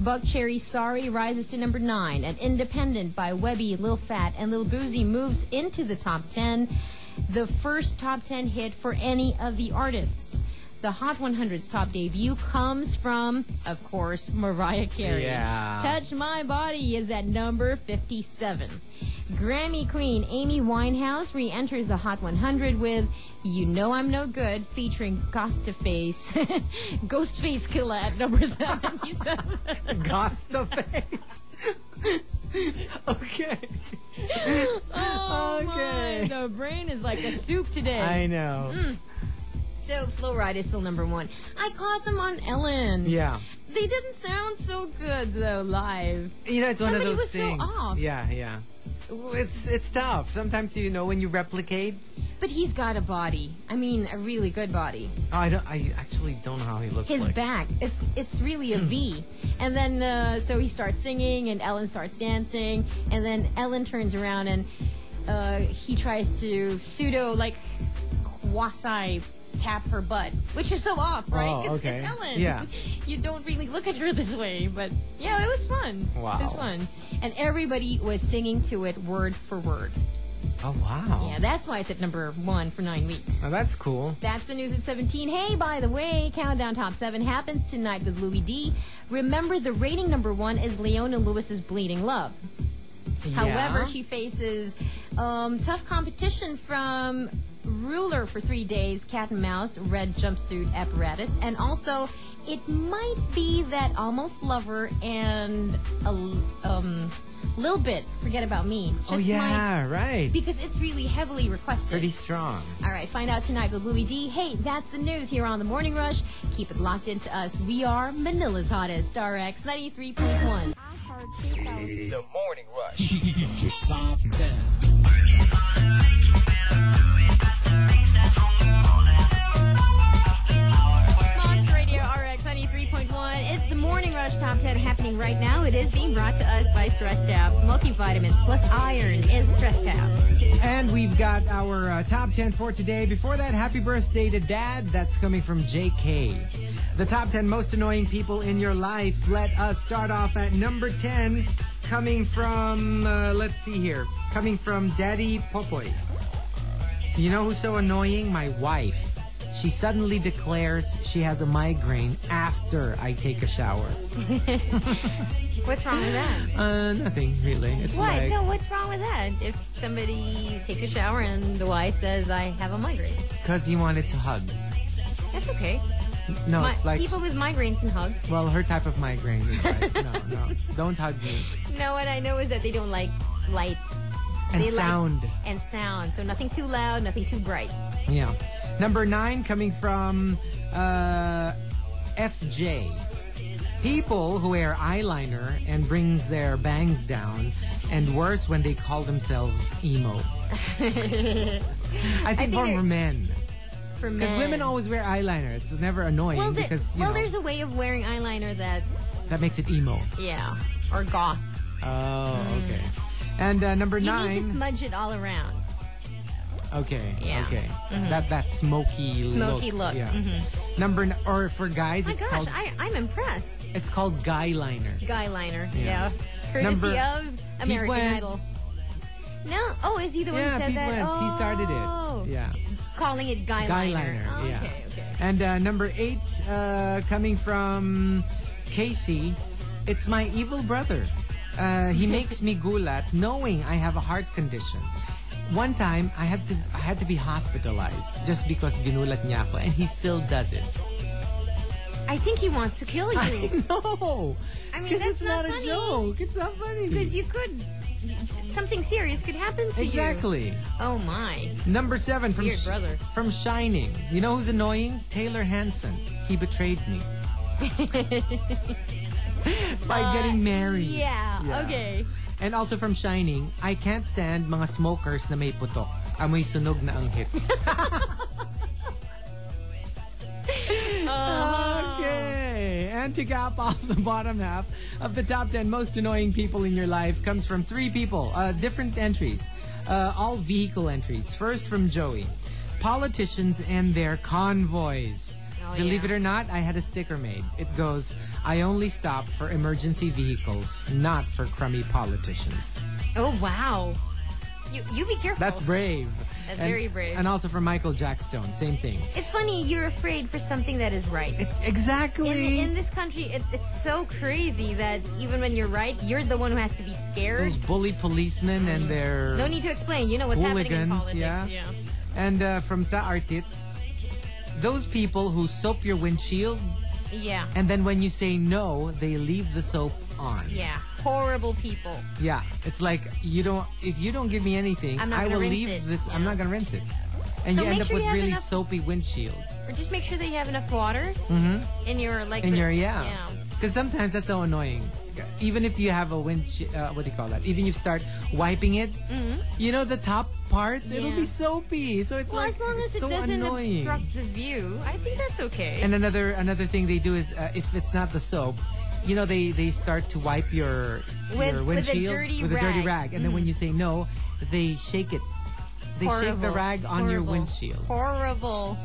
[SPEAKER 7] Buckcherry's Sorry rises to number nine, and Independent by Webby, Lil Fat, and Lil Boozy moves into the top ten, the first top ten hit for any of the artists. The Hot 100's top debut comes from, of course, Mariah Carey.
[SPEAKER 1] Yeah.
[SPEAKER 7] Touch My Body is at number 57. Grammy Queen Amy Winehouse re enters the Hot 100 with You Know I'm No Good featuring Ghostface, Ghostface Killer at number 77.
[SPEAKER 1] God's the face.
[SPEAKER 8] okay.
[SPEAKER 7] Oh
[SPEAKER 8] Okay.
[SPEAKER 7] my, the brain is like a soup today.
[SPEAKER 8] I know.
[SPEAKER 7] Mm. so fluoride is still number one. I caught them on Ellen.
[SPEAKER 8] Yeah.
[SPEAKER 7] They didn't sound so good though live.
[SPEAKER 8] You know, it's one of
[SPEAKER 7] Somebody
[SPEAKER 8] those
[SPEAKER 7] was so
[SPEAKER 8] things.
[SPEAKER 7] off.
[SPEAKER 8] Yeah, yeah. Well, It's it's tough. Sometimes you know when you replicate.
[SPEAKER 7] But he's got a body. I mean, a really good body.
[SPEAKER 8] Oh, I don't. I actually don't know how he looks
[SPEAKER 7] His
[SPEAKER 8] like. Hmm.
[SPEAKER 7] back, it's it's really a V. And then uh, so he starts singing, and Ellen starts dancing, and then Ellen turns around and uh, he tries to pseudo like quasi tap her butt, which is so off, right?
[SPEAKER 8] Oh,
[SPEAKER 7] 'Cause
[SPEAKER 8] okay.
[SPEAKER 7] it's Ellen.
[SPEAKER 8] Yeah.
[SPEAKER 7] you don't really look at her this way, but yeah, it was fun.
[SPEAKER 8] Wow.
[SPEAKER 7] it was fun, and everybody was singing to it word for word.
[SPEAKER 8] Oh wow.
[SPEAKER 7] Yeah, that's why it's at number one for nine weeks.
[SPEAKER 8] Oh, that's cool.
[SPEAKER 7] That's the news at 17. Hey, by the way, Countdown Top 7 happens tonight with Louis D. Remember, the rating number one is Leona Lewis's Bleeding Love. However,
[SPEAKER 8] Yeah.
[SPEAKER 7] she faces um, tough competition from Ruler for three days, Cat and Mouse, Red Jumpsuit Apparatus, and also it might be that Almost Lover and a l- um, little bit, Forget About Me. Just
[SPEAKER 8] Oh
[SPEAKER 7] might-
[SPEAKER 8] yeah, right.
[SPEAKER 7] because it's really heavily requested.
[SPEAKER 8] Pretty strong.
[SPEAKER 7] All right, find out tonight with Louis D. Hey, that's the news here on The Morning Rush. Keep it locked into us. We are Manila's hottest, RX 93.1.
[SPEAKER 6] The Morning Rush.
[SPEAKER 7] Monster Radio RX 93.1. It's the Morning Rush Top 10 happening right now. It is being brought to us by Stress Tabs. Multivitamins plus iron is Stress Tabs.
[SPEAKER 1] And we've got our uh, top 10 for today. Before that, happy birthday to Dad. That's coming from JK. The top 10 most annoying people in your life. Let us start off at number 10, coming from, uh, let's see here, coming from Daddy Popoy. You know who's so annoying? My wife. She suddenly declares she has a migraine after I take a shower.
[SPEAKER 5] What's wrong with that?
[SPEAKER 1] Uh, nothing really. It's
[SPEAKER 7] Why?
[SPEAKER 1] like
[SPEAKER 7] no, what's wrong with that? If somebody takes a shower and the wife says, I have a migraine,
[SPEAKER 1] because you wanted to hug.
[SPEAKER 7] that's okay.
[SPEAKER 1] No,
[SPEAKER 7] Mi-
[SPEAKER 1] it's Oh, like
[SPEAKER 7] people with migraine can hug.
[SPEAKER 1] Well, her type of migraine. is bad. No, no. Don't hug me.
[SPEAKER 7] No, what I know is that they don't like light
[SPEAKER 1] And
[SPEAKER 7] They like-
[SPEAKER 1] sound.
[SPEAKER 7] and sound. So nothing too loud, nothing too bright.
[SPEAKER 1] Yeah. Number nine coming from uh, FJ. People who wear eyeliner and brings their bangs down, and worse when they call themselves emo. I think,
[SPEAKER 7] think
[SPEAKER 1] more
[SPEAKER 7] they're-
[SPEAKER 1] for men.
[SPEAKER 7] For
[SPEAKER 1] Because
[SPEAKER 7] men.
[SPEAKER 1] women always wear eyeliner. It's never annoying
[SPEAKER 7] Well, the-
[SPEAKER 1] because you
[SPEAKER 7] well
[SPEAKER 1] know,
[SPEAKER 7] there's a way of wearing eyeliner that's,
[SPEAKER 1] that makes it emo.
[SPEAKER 7] yeah, or goth.
[SPEAKER 1] Oh, okay. And uh, number
[SPEAKER 7] Mm. You
[SPEAKER 1] nine.
[SPEAKER 7] need to smudge it all around.
[SPEAKER 1] Okay.
[SPEAKER 7] Yeah. Mm-hmm.
[SPEAKER 1] Okay. That that smoky
[SPEAKER 7] Smoky
[SPEAKER 1] look.
[SPEAKER 7] look, Mm-hmm.
[SPEAKER 1] Yeah. Number n- or for guys,
[SPEAKER 7] My
[SPEAKER 1] it's
[SPEAKER 7] gosh,
[SPEAKER 1] called
[SPEAKER 7] I, I'm impressed.
[SPEAKER 1] it's called guy liner.
[SPEAKER 7] Guy liner,
[SPEAKER 1] Yeah.
[SPEAKER 7] yeah. Courtesy
[SPEAKER 1] Number-
[SPEAKER 7] of American
[SPEAKER 1] Wentz.
[SPEAKER 7] Idol. No, oh, is he the one
[SPEAKER 1] yeah,
[SPEAKER 7] who said
[SPEAKER 1] Pete
[SPEAKER 7] that?
[SPEAKER 1] Wentz,
[SPEAKER 7] Oh,
[SPEAKER 1] he started it. Yeah.
[SPEAKER 7] Calling it guy,
[SPEAKER 1] Guy
[SPEAKER 7] liner.
[SPEAKER 1] liner.
[SPEAKER 7] Oh,
[SPEAKER 1] yeah.
[SPEAKER 7] Okay, okay.
[SPEAKER 1] And uh, number eight, uh, coming from Casey, it's my evil brother. Uh, he makes me gulat, knowing I have a heart condition. One time, I had to I had to be hospitalized just because ginulat niya ako, and he still does it.
[SPEAKER 7] I think he wants to kill you.
[SPEAKER 1] No.
[SPEAKER 7] I mean,
[SPEAKER 1] 'Cause it's
[SPEAKER 7] that's not
[SPEAKER 1] not, a
[SPEAKER 7] funny.
[SPEAKER 1] joke. It's not funny.
[SPEAKER 7] Because you could, something serious could happen to you.
[SPEAKER 1] exactly.
[SPEAKER 7] Oh my.
[SPEAKER 1] Number seven from
[SPEAKER 7] Weird brother.
[SPEAKER 1] from Shining. You know who's annoying? Taylor Hanson. He betrayed me by getting married.
[SPEAKER 7] Uh, Yeah, okay.
[SPEAKER 1] And also from Shining, I can't stand mga smokers na may putok. Amoy sunog na ang hit. Okay. And to cap off the bottom half of the top 10 most annoying people in your life comes from three people, uh, different entries, uh, all vehicle entries. First from Joey politicians and their convoys.
[SPEAKER 7] Oh,
[SPEAKER 1] Believe it or not, I had a sticker made. It goes, I only stop for emergency vehicles, not for crummy politicians.
[SPEAKER 7] Oh wow. You you be careful.
[SPEAKER 1] That's brave.
[SPEAKER 7] That's very brave.
[SPEAKER 1] And also from Michael Jackstone, same thing.
[SPEAKER 7] it's funny you're afraid for something that is right.
[SPEAKER 1] Exactly.
[SPEAKER 7] In, in this country, it, it's so crazy that even when you're right, you're the one who has to be scared.
[SPEAKER 1] Those bully policemen and their
[SPEAKER 7] No need to explain. You know what's happening in
[SPEAKER 1] Hooligans,
[SPEAKER 7] politics.
[SPEAKER 1] yeah. And uh, from Ta Artits, those people who soap your windshield,
[SPEAKER 7] yeah.
[SPEAKER 1] and then when you say no, they leave the soap on.
[SPEAKER 7] Yeah, horrible people.
[SPEAKER 1] Yeah, it's like you don't. If you don't give me anything,
[SPEAKER 7] I'm not
[SPEAKER 1] I
[SPEAKER 7] gonna
[SPEAKER 1] will
[SPEAKER 7] rinse
[SPEAKER 1] leave
[SPEAKER 7] it.
[SPEAKER 1] this. I'm
[SPEAKER 7] Yeah.
[SPEAKER 1] not gonna rinse it, and
[SPEAKER 7] So
[SPEAKER 1] you
[SPEAKER 7] make
[SPEAKER 1] end up
[SPEAKER 7] sure
[SPEAKER 1] with
[SPEAKER 7] you have
[SPEAKER 1] really
[SPEAKER 7] enough-
[SPEAKER 1] soapy windshield
[SPEAKER 7] Or just make sure that you have enough water in your like.
[SPEAKER 1] Mm-hmm. in
[SPEAKER 7] the-
[SPEAKER 1] your yeah. Because sometimes that's so annoying. Even if you have a windshield, uh, what do you call that? Even if you start wiping it, you know the top parts, it'll be
[SPEAKER 7] Mm-hmm. Yeah.
[SPEAKER 1] soapy. So it's
[SPEAKER 7] Well,
[SPEAKER 1] like
[SPEAKER 7] as long
[SPEAKER 1] it's
[SPEAKER 7] as it
[SPEAKER 1] so
[SPEAKER 7] doesn't
[SPEAKER 1] annoying.
[SPEAKER 7] obstruct the view, I think that's okay.
[SPEAKER 1] And another another thing they do is uh, if it's not the soap, you know they they start to wipe your
[SPEAKER 7] With-
[SPEAKER 1] your
[SPEAKER 7] with a
[SPEAKER 1] windshield
[SPEAKER 7] dirty
[SPEAKER 1] with a dirty
[SPEAKER 7] rag. Mm-hmm.
[SPEAKER 1] rag, and then when you say no, they shake it. They shake the rag
[SPEAKER 7] Horrible.
[SPEAKER 1] on your
[SPEAKER 7] Horrible.
[SPEAKER 1] windshield.
[SPEAKER 7] Horrible.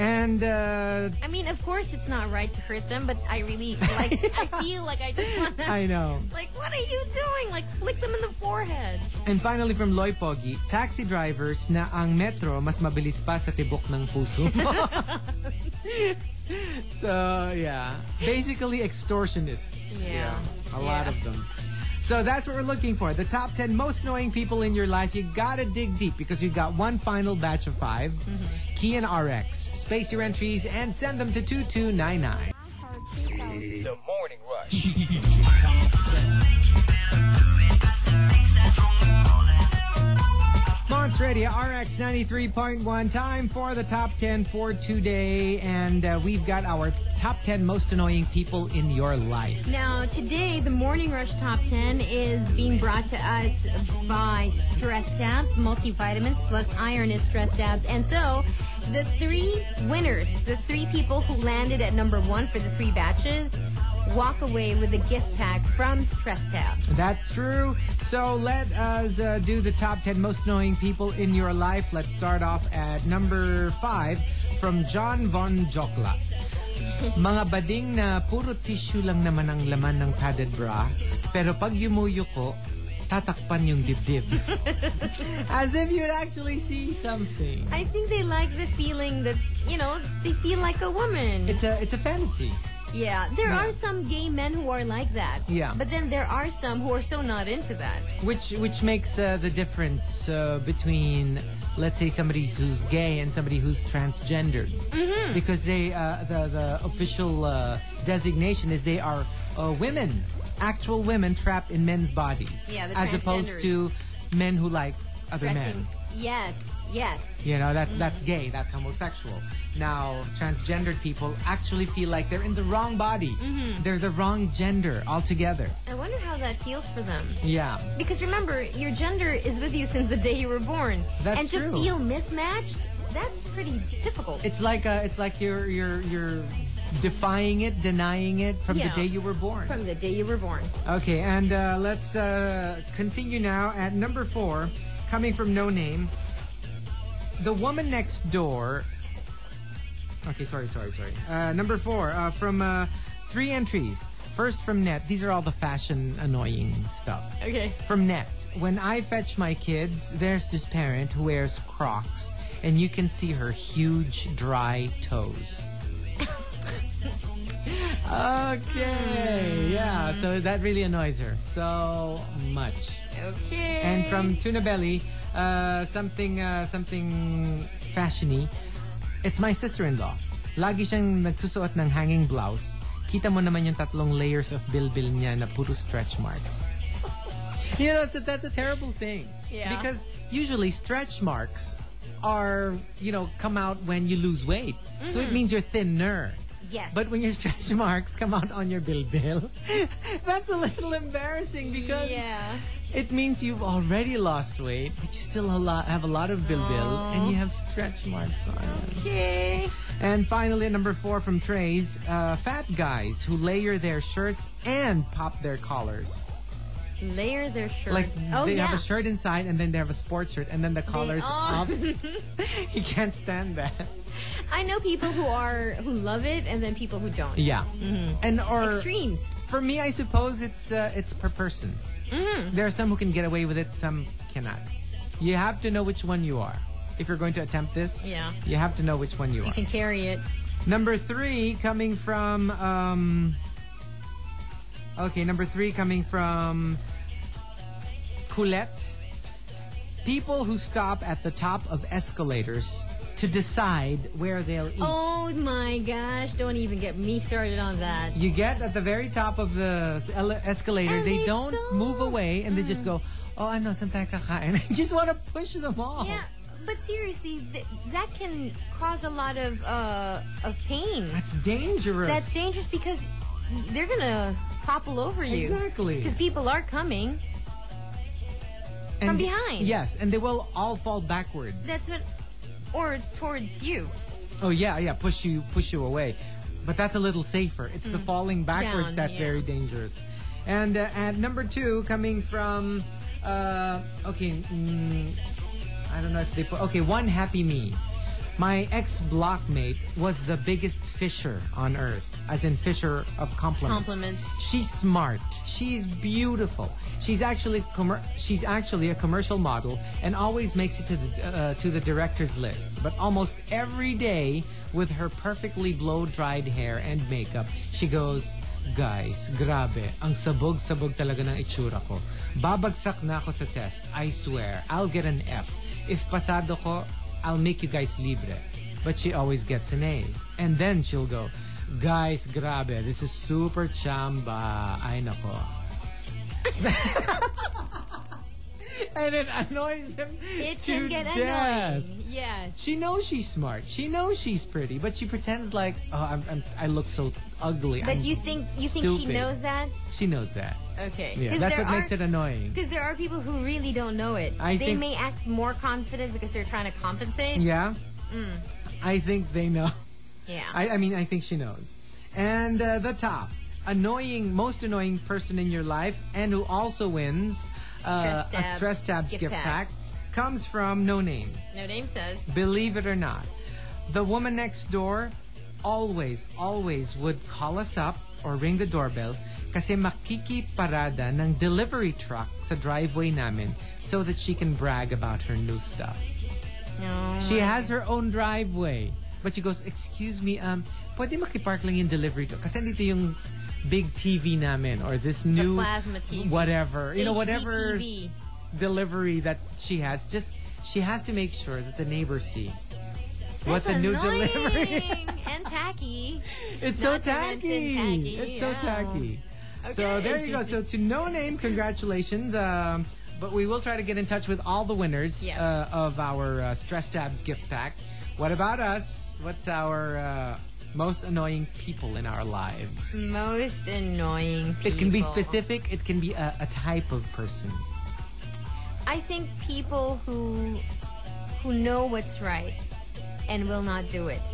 [SPEAKER 1] And uh,
[SPEAKER 7] I mean, of course, it's not right to hurt them, but I really like. I feel like I just want to.
[SPEAKER 1] I know.
[SPEAKER 7] Like, what are you doing? Like, flick them in the forehead.
[SPEAKER 1] And finally from Loy Pogi, taxi drivers na ang metro mas mabilis pa sa tibok ng puso. so, yeah. Basically extortionists.
[SPEAKER 7] Yeah.
[SPEAKER 1] A lot of them. So that's what we're looking for. The top 10 most annoying people in your life. You gotta dig deep because you've got one final batch of 5
[SPEAKER 7] Mm-hmm.
[SPEAKER 1] Key and RX. Space your entries and send them to 2299.
[SPEAKER 11] The Morning Rush.
[SPEAKER 1] Monster Radio RX 93.1. Time for the top 10 for today. And uh, we've got our top 10 most annoying people in your life.
[SPEAKER 7] Now, today, the Morning Rush Top 10 is being brought to us by Stress Dabs, multivitamins plus iron is Stress Dabs. And so, the three winners, the three people who landed at number one for the three batches, walk away with a gift pack from Stress Dabs.
[SPEAKER 1] That's true. So let us uh, do the top 10 most annoying people in your life. Let's start off at number 5 from John Von Jokla. Mga bading na puro tissue lang naman ang laman ng padded bra, pero pag yumuyo ko, tatakpan yung dibdib. As if you'd actually see something.
[SPEAKER 7] I think they like the feeling that, you know, they feel like a woman.
[SPEAKER 1] It's a it's a fantasy.
[SPEAKER 7] yeah, there
[SPEAKER 1] Yeah.
[SPEAKER 7] are some gay men who are like that.
[SPEAKER 1] Yeah.
[SPEAKER 7] But then there are some who are so not into that.
[SPEAKER 1] Which which makes uh, the difference uh, between, let's say, somebody who's gay and somebody who's transgendered, mm-hmm. because they uh, the the official uh, designation is they are uh, women, actual women trapped in men's bodies,
[SPEAKER 7] Yeah, the
[SPEAKER 1] as opposed to men who like other men.
[SPEAKER 7] Dressing. Yes, yes.
[SPEAKER 1] You know,
[SPEAKER 7] Mm-hmm.
[SPEAKER 1] that's that's gay, that's homosexual. Now, transgendered people actually feel like they're in the wrong body,
[SPEAKER 7] Mm-hmm.
[SPEAKER 1] they're the wrong gender altogether.
[SPEAKER 7] I wonder how that feels for them.
[SPEAKER 1] Yeah.
[SPEAKER 7] Because remember, your gender is with you since the day you were born.
[SPEAKER 1] That's
[SPEAKER 7] and to
[SPEAKER 1] true.
[SPEAKER 7] feel mismatched, that's pretty difficult.
[SPEAKER 1] It's like uh it's like you're you're you're defying it, denying it from the
[SPEAKER 7] Yeah.
[SPEAKER 1] day you were born.
[SPEAKER 7] from the day you were born.
[SPEAKER 1] Okay, and uh, let's uh, continue now at number four, coming from No Name. The woman next door. Okay, sorry, sorry, sorry. Uh, number four uh, from uh, three entries. First from Net. These are all the fashion annoying stuff.
[SPEAKER 7] Okay.
[SPEAKER 1] From Net. When I fetch my kids, there's this parent who wears Crocs, and you can see her huge, dry toes. okay, yeah, so that really annoys her so much.
[SPEAKER 7] Okay.
[SPEAKER 1] And from Tuna Belly, uh, something, uh, something fashiony. It's my sister-in-law. Lagi siyang nagsusuot ng hanging blouse. Kita mo naman yung tatlong layers of bilbil niya na puro stretch marks. you know, that's a, that's a terrible thing.
[SPEAKER 7] Yeah.
[SPEAKER 1] Because usually stretch marks are, you know, come out when you lose weight. So it means you're thinner.
[SPEAKER 7] Mm-hmm. Yes.
[SPEAKER 1] But when your stretch marks come out on your bilbil, that's a little embarrassing because
[SPEAKER 7] Yeah.
[SPEAKER 1] it means you've already lost weight, but you still a lot, have a lot of bilbil, and you have stretch marks on it.
[SPEAKER 7] Okay.
[SPEAKER 1] And finally, number four from Trey's uh, fat guys who layer their shirts and pop their collars.
[SPEAKER 7] Layer their shirt.
[SPEAKER 1] Like
[SPEAKER 7] oh,
[SPEAKER 1] they
[SPEAKER 7] yeah.
[SPEAKER 1] have a shirt inside, and then they have a sports shirt, and then the collar's
[SPEAKER 7] are.
[SPEAKER 1] up. you can't stand that.
[SPEAKER 7] I know people who are who love it and then people who don't.
[SPEAKER 1] Yeah, and or
[SPEAKER 7] Extremes.
[SPEAKER 1] for me, I suppose it's uh, it's per person. There are some who can get away with it, some cannot. You have to know which one you are. If you're going to attempt this,
[SPEAKER 7] Yeah.
[SPEAKER 1] you have to know which one you are.
[SPEAKER 7] You can carry it.
[SPEAKER 1] Number three coming from um Okay, number three coming from Coulette. People who stop at the top of escalators to decide where they'll eat.
[SPEAKER 12] Oh my gosh, don't even get me started on that.
[SPEAKER 1] You get at the very top of the ele- escalator,
[SPEAKER 12] And
[SPEAKER 1] they,
[SPEAKER 12] they
[SPEAKER 1] don't
[SPEAKER 12] stop.
[SPEAKER 1] move away, and they just go, oh, I know, sometimes kakain. I just want to push them off.
[SPEAKER 7] Yeah, but seriously, th- that can cause a lot of uh, of pain.
[SPEAKER 1] That's dangerous.
[SPEAKER 7] That's dangerous because they're gonna topple over you.
[SPEAKER 1] Exactly.
[SPEAKER 7] Because people are coming.
[SPEAKER 1] And-
[SPEAKER 7] behind.
[SPEAKER 1] Yes, and they will all fall backwards.
[SPEAKER 7] That's what, or towards you.
[SPEAKER 1] oh yeah, yeah, push you push you away. But that's a little safer. It's the falling backwards
[SPEAKER 7] Mm. Down,
[SPEAKER 1] that's
[SPEAKER 7] yeah.
[SPEAKER 1] very dangerous. And uh, at number 2 coming from uh okay, mm, I don't know if they put okay, one happy me. My ex blockmate was the biggest fisher on earth, as in fisher of compliments.
[SPEAKER 7] Compliments.
[SPEAKER 1] She's smart. She's beautiful. She's actually commer she's actually a commercial model and always makes it to the uh, to the director's list. But almost every day, with her perfectly blow-dried hair and makeup, she goes. Guys, grabe, ang sabog-sabog talaga ng itsura ko. Babagsak na ako sa test. I swear, I'll get an F. If pasado ko, I'll make you guys libre. But she always gets an A. And then she'll go, Guys, grabe, this is super chamba. Ay, nako. and it annoys him
[SPEAKER 7] It
[SPEAKER 1] to
[SPEAKER 7] can get
[SPEAKER 1] death.
[SPEAKER 7] annoying. Yes.
[SPEAKER 1] She knows she's smart. She knows she's pretty, but she pretends like, oh, I'm, I'm, I look so ugly.
[SPEAKER 7] But
[SPEAKER 1] I'm
[SPEAKER 7] you think you think she
[SPEAKER 1] stupid."
[SPEAKER 7] knows that?
[SPEAKER 1] She knows that.
[SPEAKER 7] Okay.
[SPEAKER 1] Yeah,
[SPEAKER 7] 'Cause
[SPEAKER 1] that's
[SPEAKER 7] there
[SPEAKER 1] what makes
[SPEAKER 7] are-
[SPEAKER 1] it annoying.
[SPEAKER 7] Because there are people who really don't know it.
[SPEAKER 1] I
[SPEAKER 7] they
[SPEAKER 1] think-
[SPEAKER 7] may act more confident because they're trying to compensate.
[SPEAKER 1] Yeah?
[SPEAKER 7] Mm.
[SPEAKER 1] I think they know.
[SPEAKER 7] Yeah.
[SPEAKER 1] I, I mean, I think she knows. And uh, the top annoying, most annoying person in your life, and who also wins uh,
[SPEAKER 7] Stress
[SPEAKER 1] a
[SPEAKER 7] Tabs
[SPEAKER 1] stress tabs gift,
[SPEAKER 7] gift
[SPEAKER 1] pack.
[SPEAKER 7] pack.
[SPEAKER 1] comes from no name.
[SPEAKER 7] no name says.
[SPEAKER 1] Believe it or not, the woman next door always, always would call us up or ring the doorbell kasi makikiparada ng delivery truck sa driveway namin so that she can brag about her new stuff.
[SPEAKER 7] No.
[SPEAKER 1] She has her own driveway. But she goes, excuse me, um, pwede makipark lang yung delivery to? Kasi dito yung big TV namin or this new...
[SPEAKER 7] plasma TV.
[SPEAKER 1] Whatever. You know, whatever
[SPEAKER 7] HGTV.
[SPEAKER 1] delivery that she has. Just, she has to make sure that the neighbors see. what the
[SPEAKER 7] That's
[SPEAKER 1] new
[SPEAKER 7] annoying
[SPEAKER 1] delivery.
[SPEAKER 7] and tacky.
[SPEAKER 1] it's so
[SPEAKER 7] Not to
[SPEAKER 1] tacky.
[SPEAKER 7] mention tacky,
[SPEAKER 1] It's so
[SPEAKER 7] yeah.
[SPEAKER 1] tacky. So there you go. So to no name, congratulations. Um, but we will try to get in touch with all the winners
[SPEAKER 7] Yes.
[SPEAKER 1] uh, of our uh, Stress Tabs gift pack. What about us? What's our uh, most annoying people in our lives?
[SPEAKER 7] Most annoying. People.
[SPEAKER 1] It can be specific. It can be a, a type of person.
[SPEAKER 7] I think people who who know what's right and will not do it,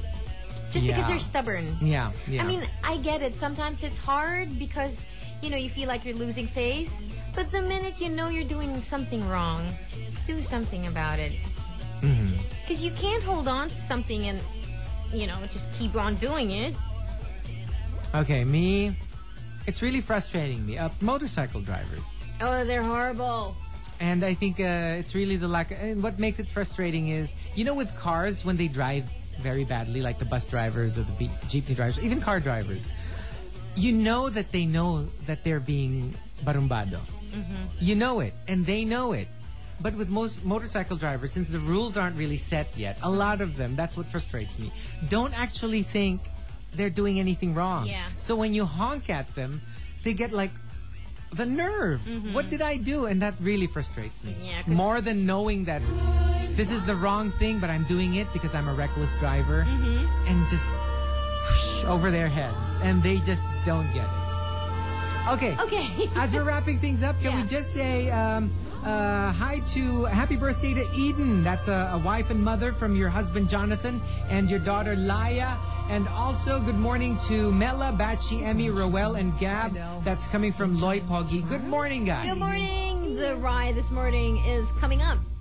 [SPEAKER 7] just because
[SPEAKER 1] Yeah.
[SPEAKER 7] they're stubborn.
[SPEAKER 1] Yeah. Yeah.
[SPEAKER 7] I mean, I get it. Sometimes it's hard because you know you feel like you're losing face. But the minute you know you're doing something wrong, do something about it.
[SPEAKER 1] Mm-hmm.
[SPEAKER 7] Because you can't hold on to something and you know just keep on doing it.
[SPEAKER 1] okay, me. It's really frustrating me. Uh, motorcycle drivers.
[SPEAKER 7] Oh, they're horrible.
[SPEAKER 1] And I think uh, it's really the lack. and what makes it frustrating is, you know, with cars when they drive very badly, like the bus drivers or the be- jeepney drivers, even car drivers, you know that they know that they're being barumbado. You know it, and they know it. But with most motorcycle drivers, since the rules aren't really set yet, a lot of them, that's what frustrates me, don't actually think they're doing anything wrong.
[SPEAKER 7] Yeah.
[SPEAKER 1] So when you honk at them, they get like, the nerve! What did I do? And that really frustrates me.
[SPEAKER 7] Mm-hmm. Yeah, 'cause-
[SPEAKER 1] More than knowing that this is the wrong thing, but I'm doing it because I'm a reckless driver,
[SPEAKER 7] Mm-hmm.
[SPEAKER 1] and just whoosh, over their heads, and they just don't get it. Okay.
[SPEAKER 7] Okay.
[SPEAKER 1] As we're wrapping things up, can we
[SPEAKER 7] Yeah.
[SPEAKER 1] just say um, uh, hi to happy birthday to Eden? That's a, a wife and mother from your husband Jonathan and your daughter Laya. And also, good morning to Mela, Bachi, Emmy, Roel, and Gab. That's coming from Lloyd Poggi. Good morning, guys.
[SPEAKER 7] Good morning. The rye this morning is coming up.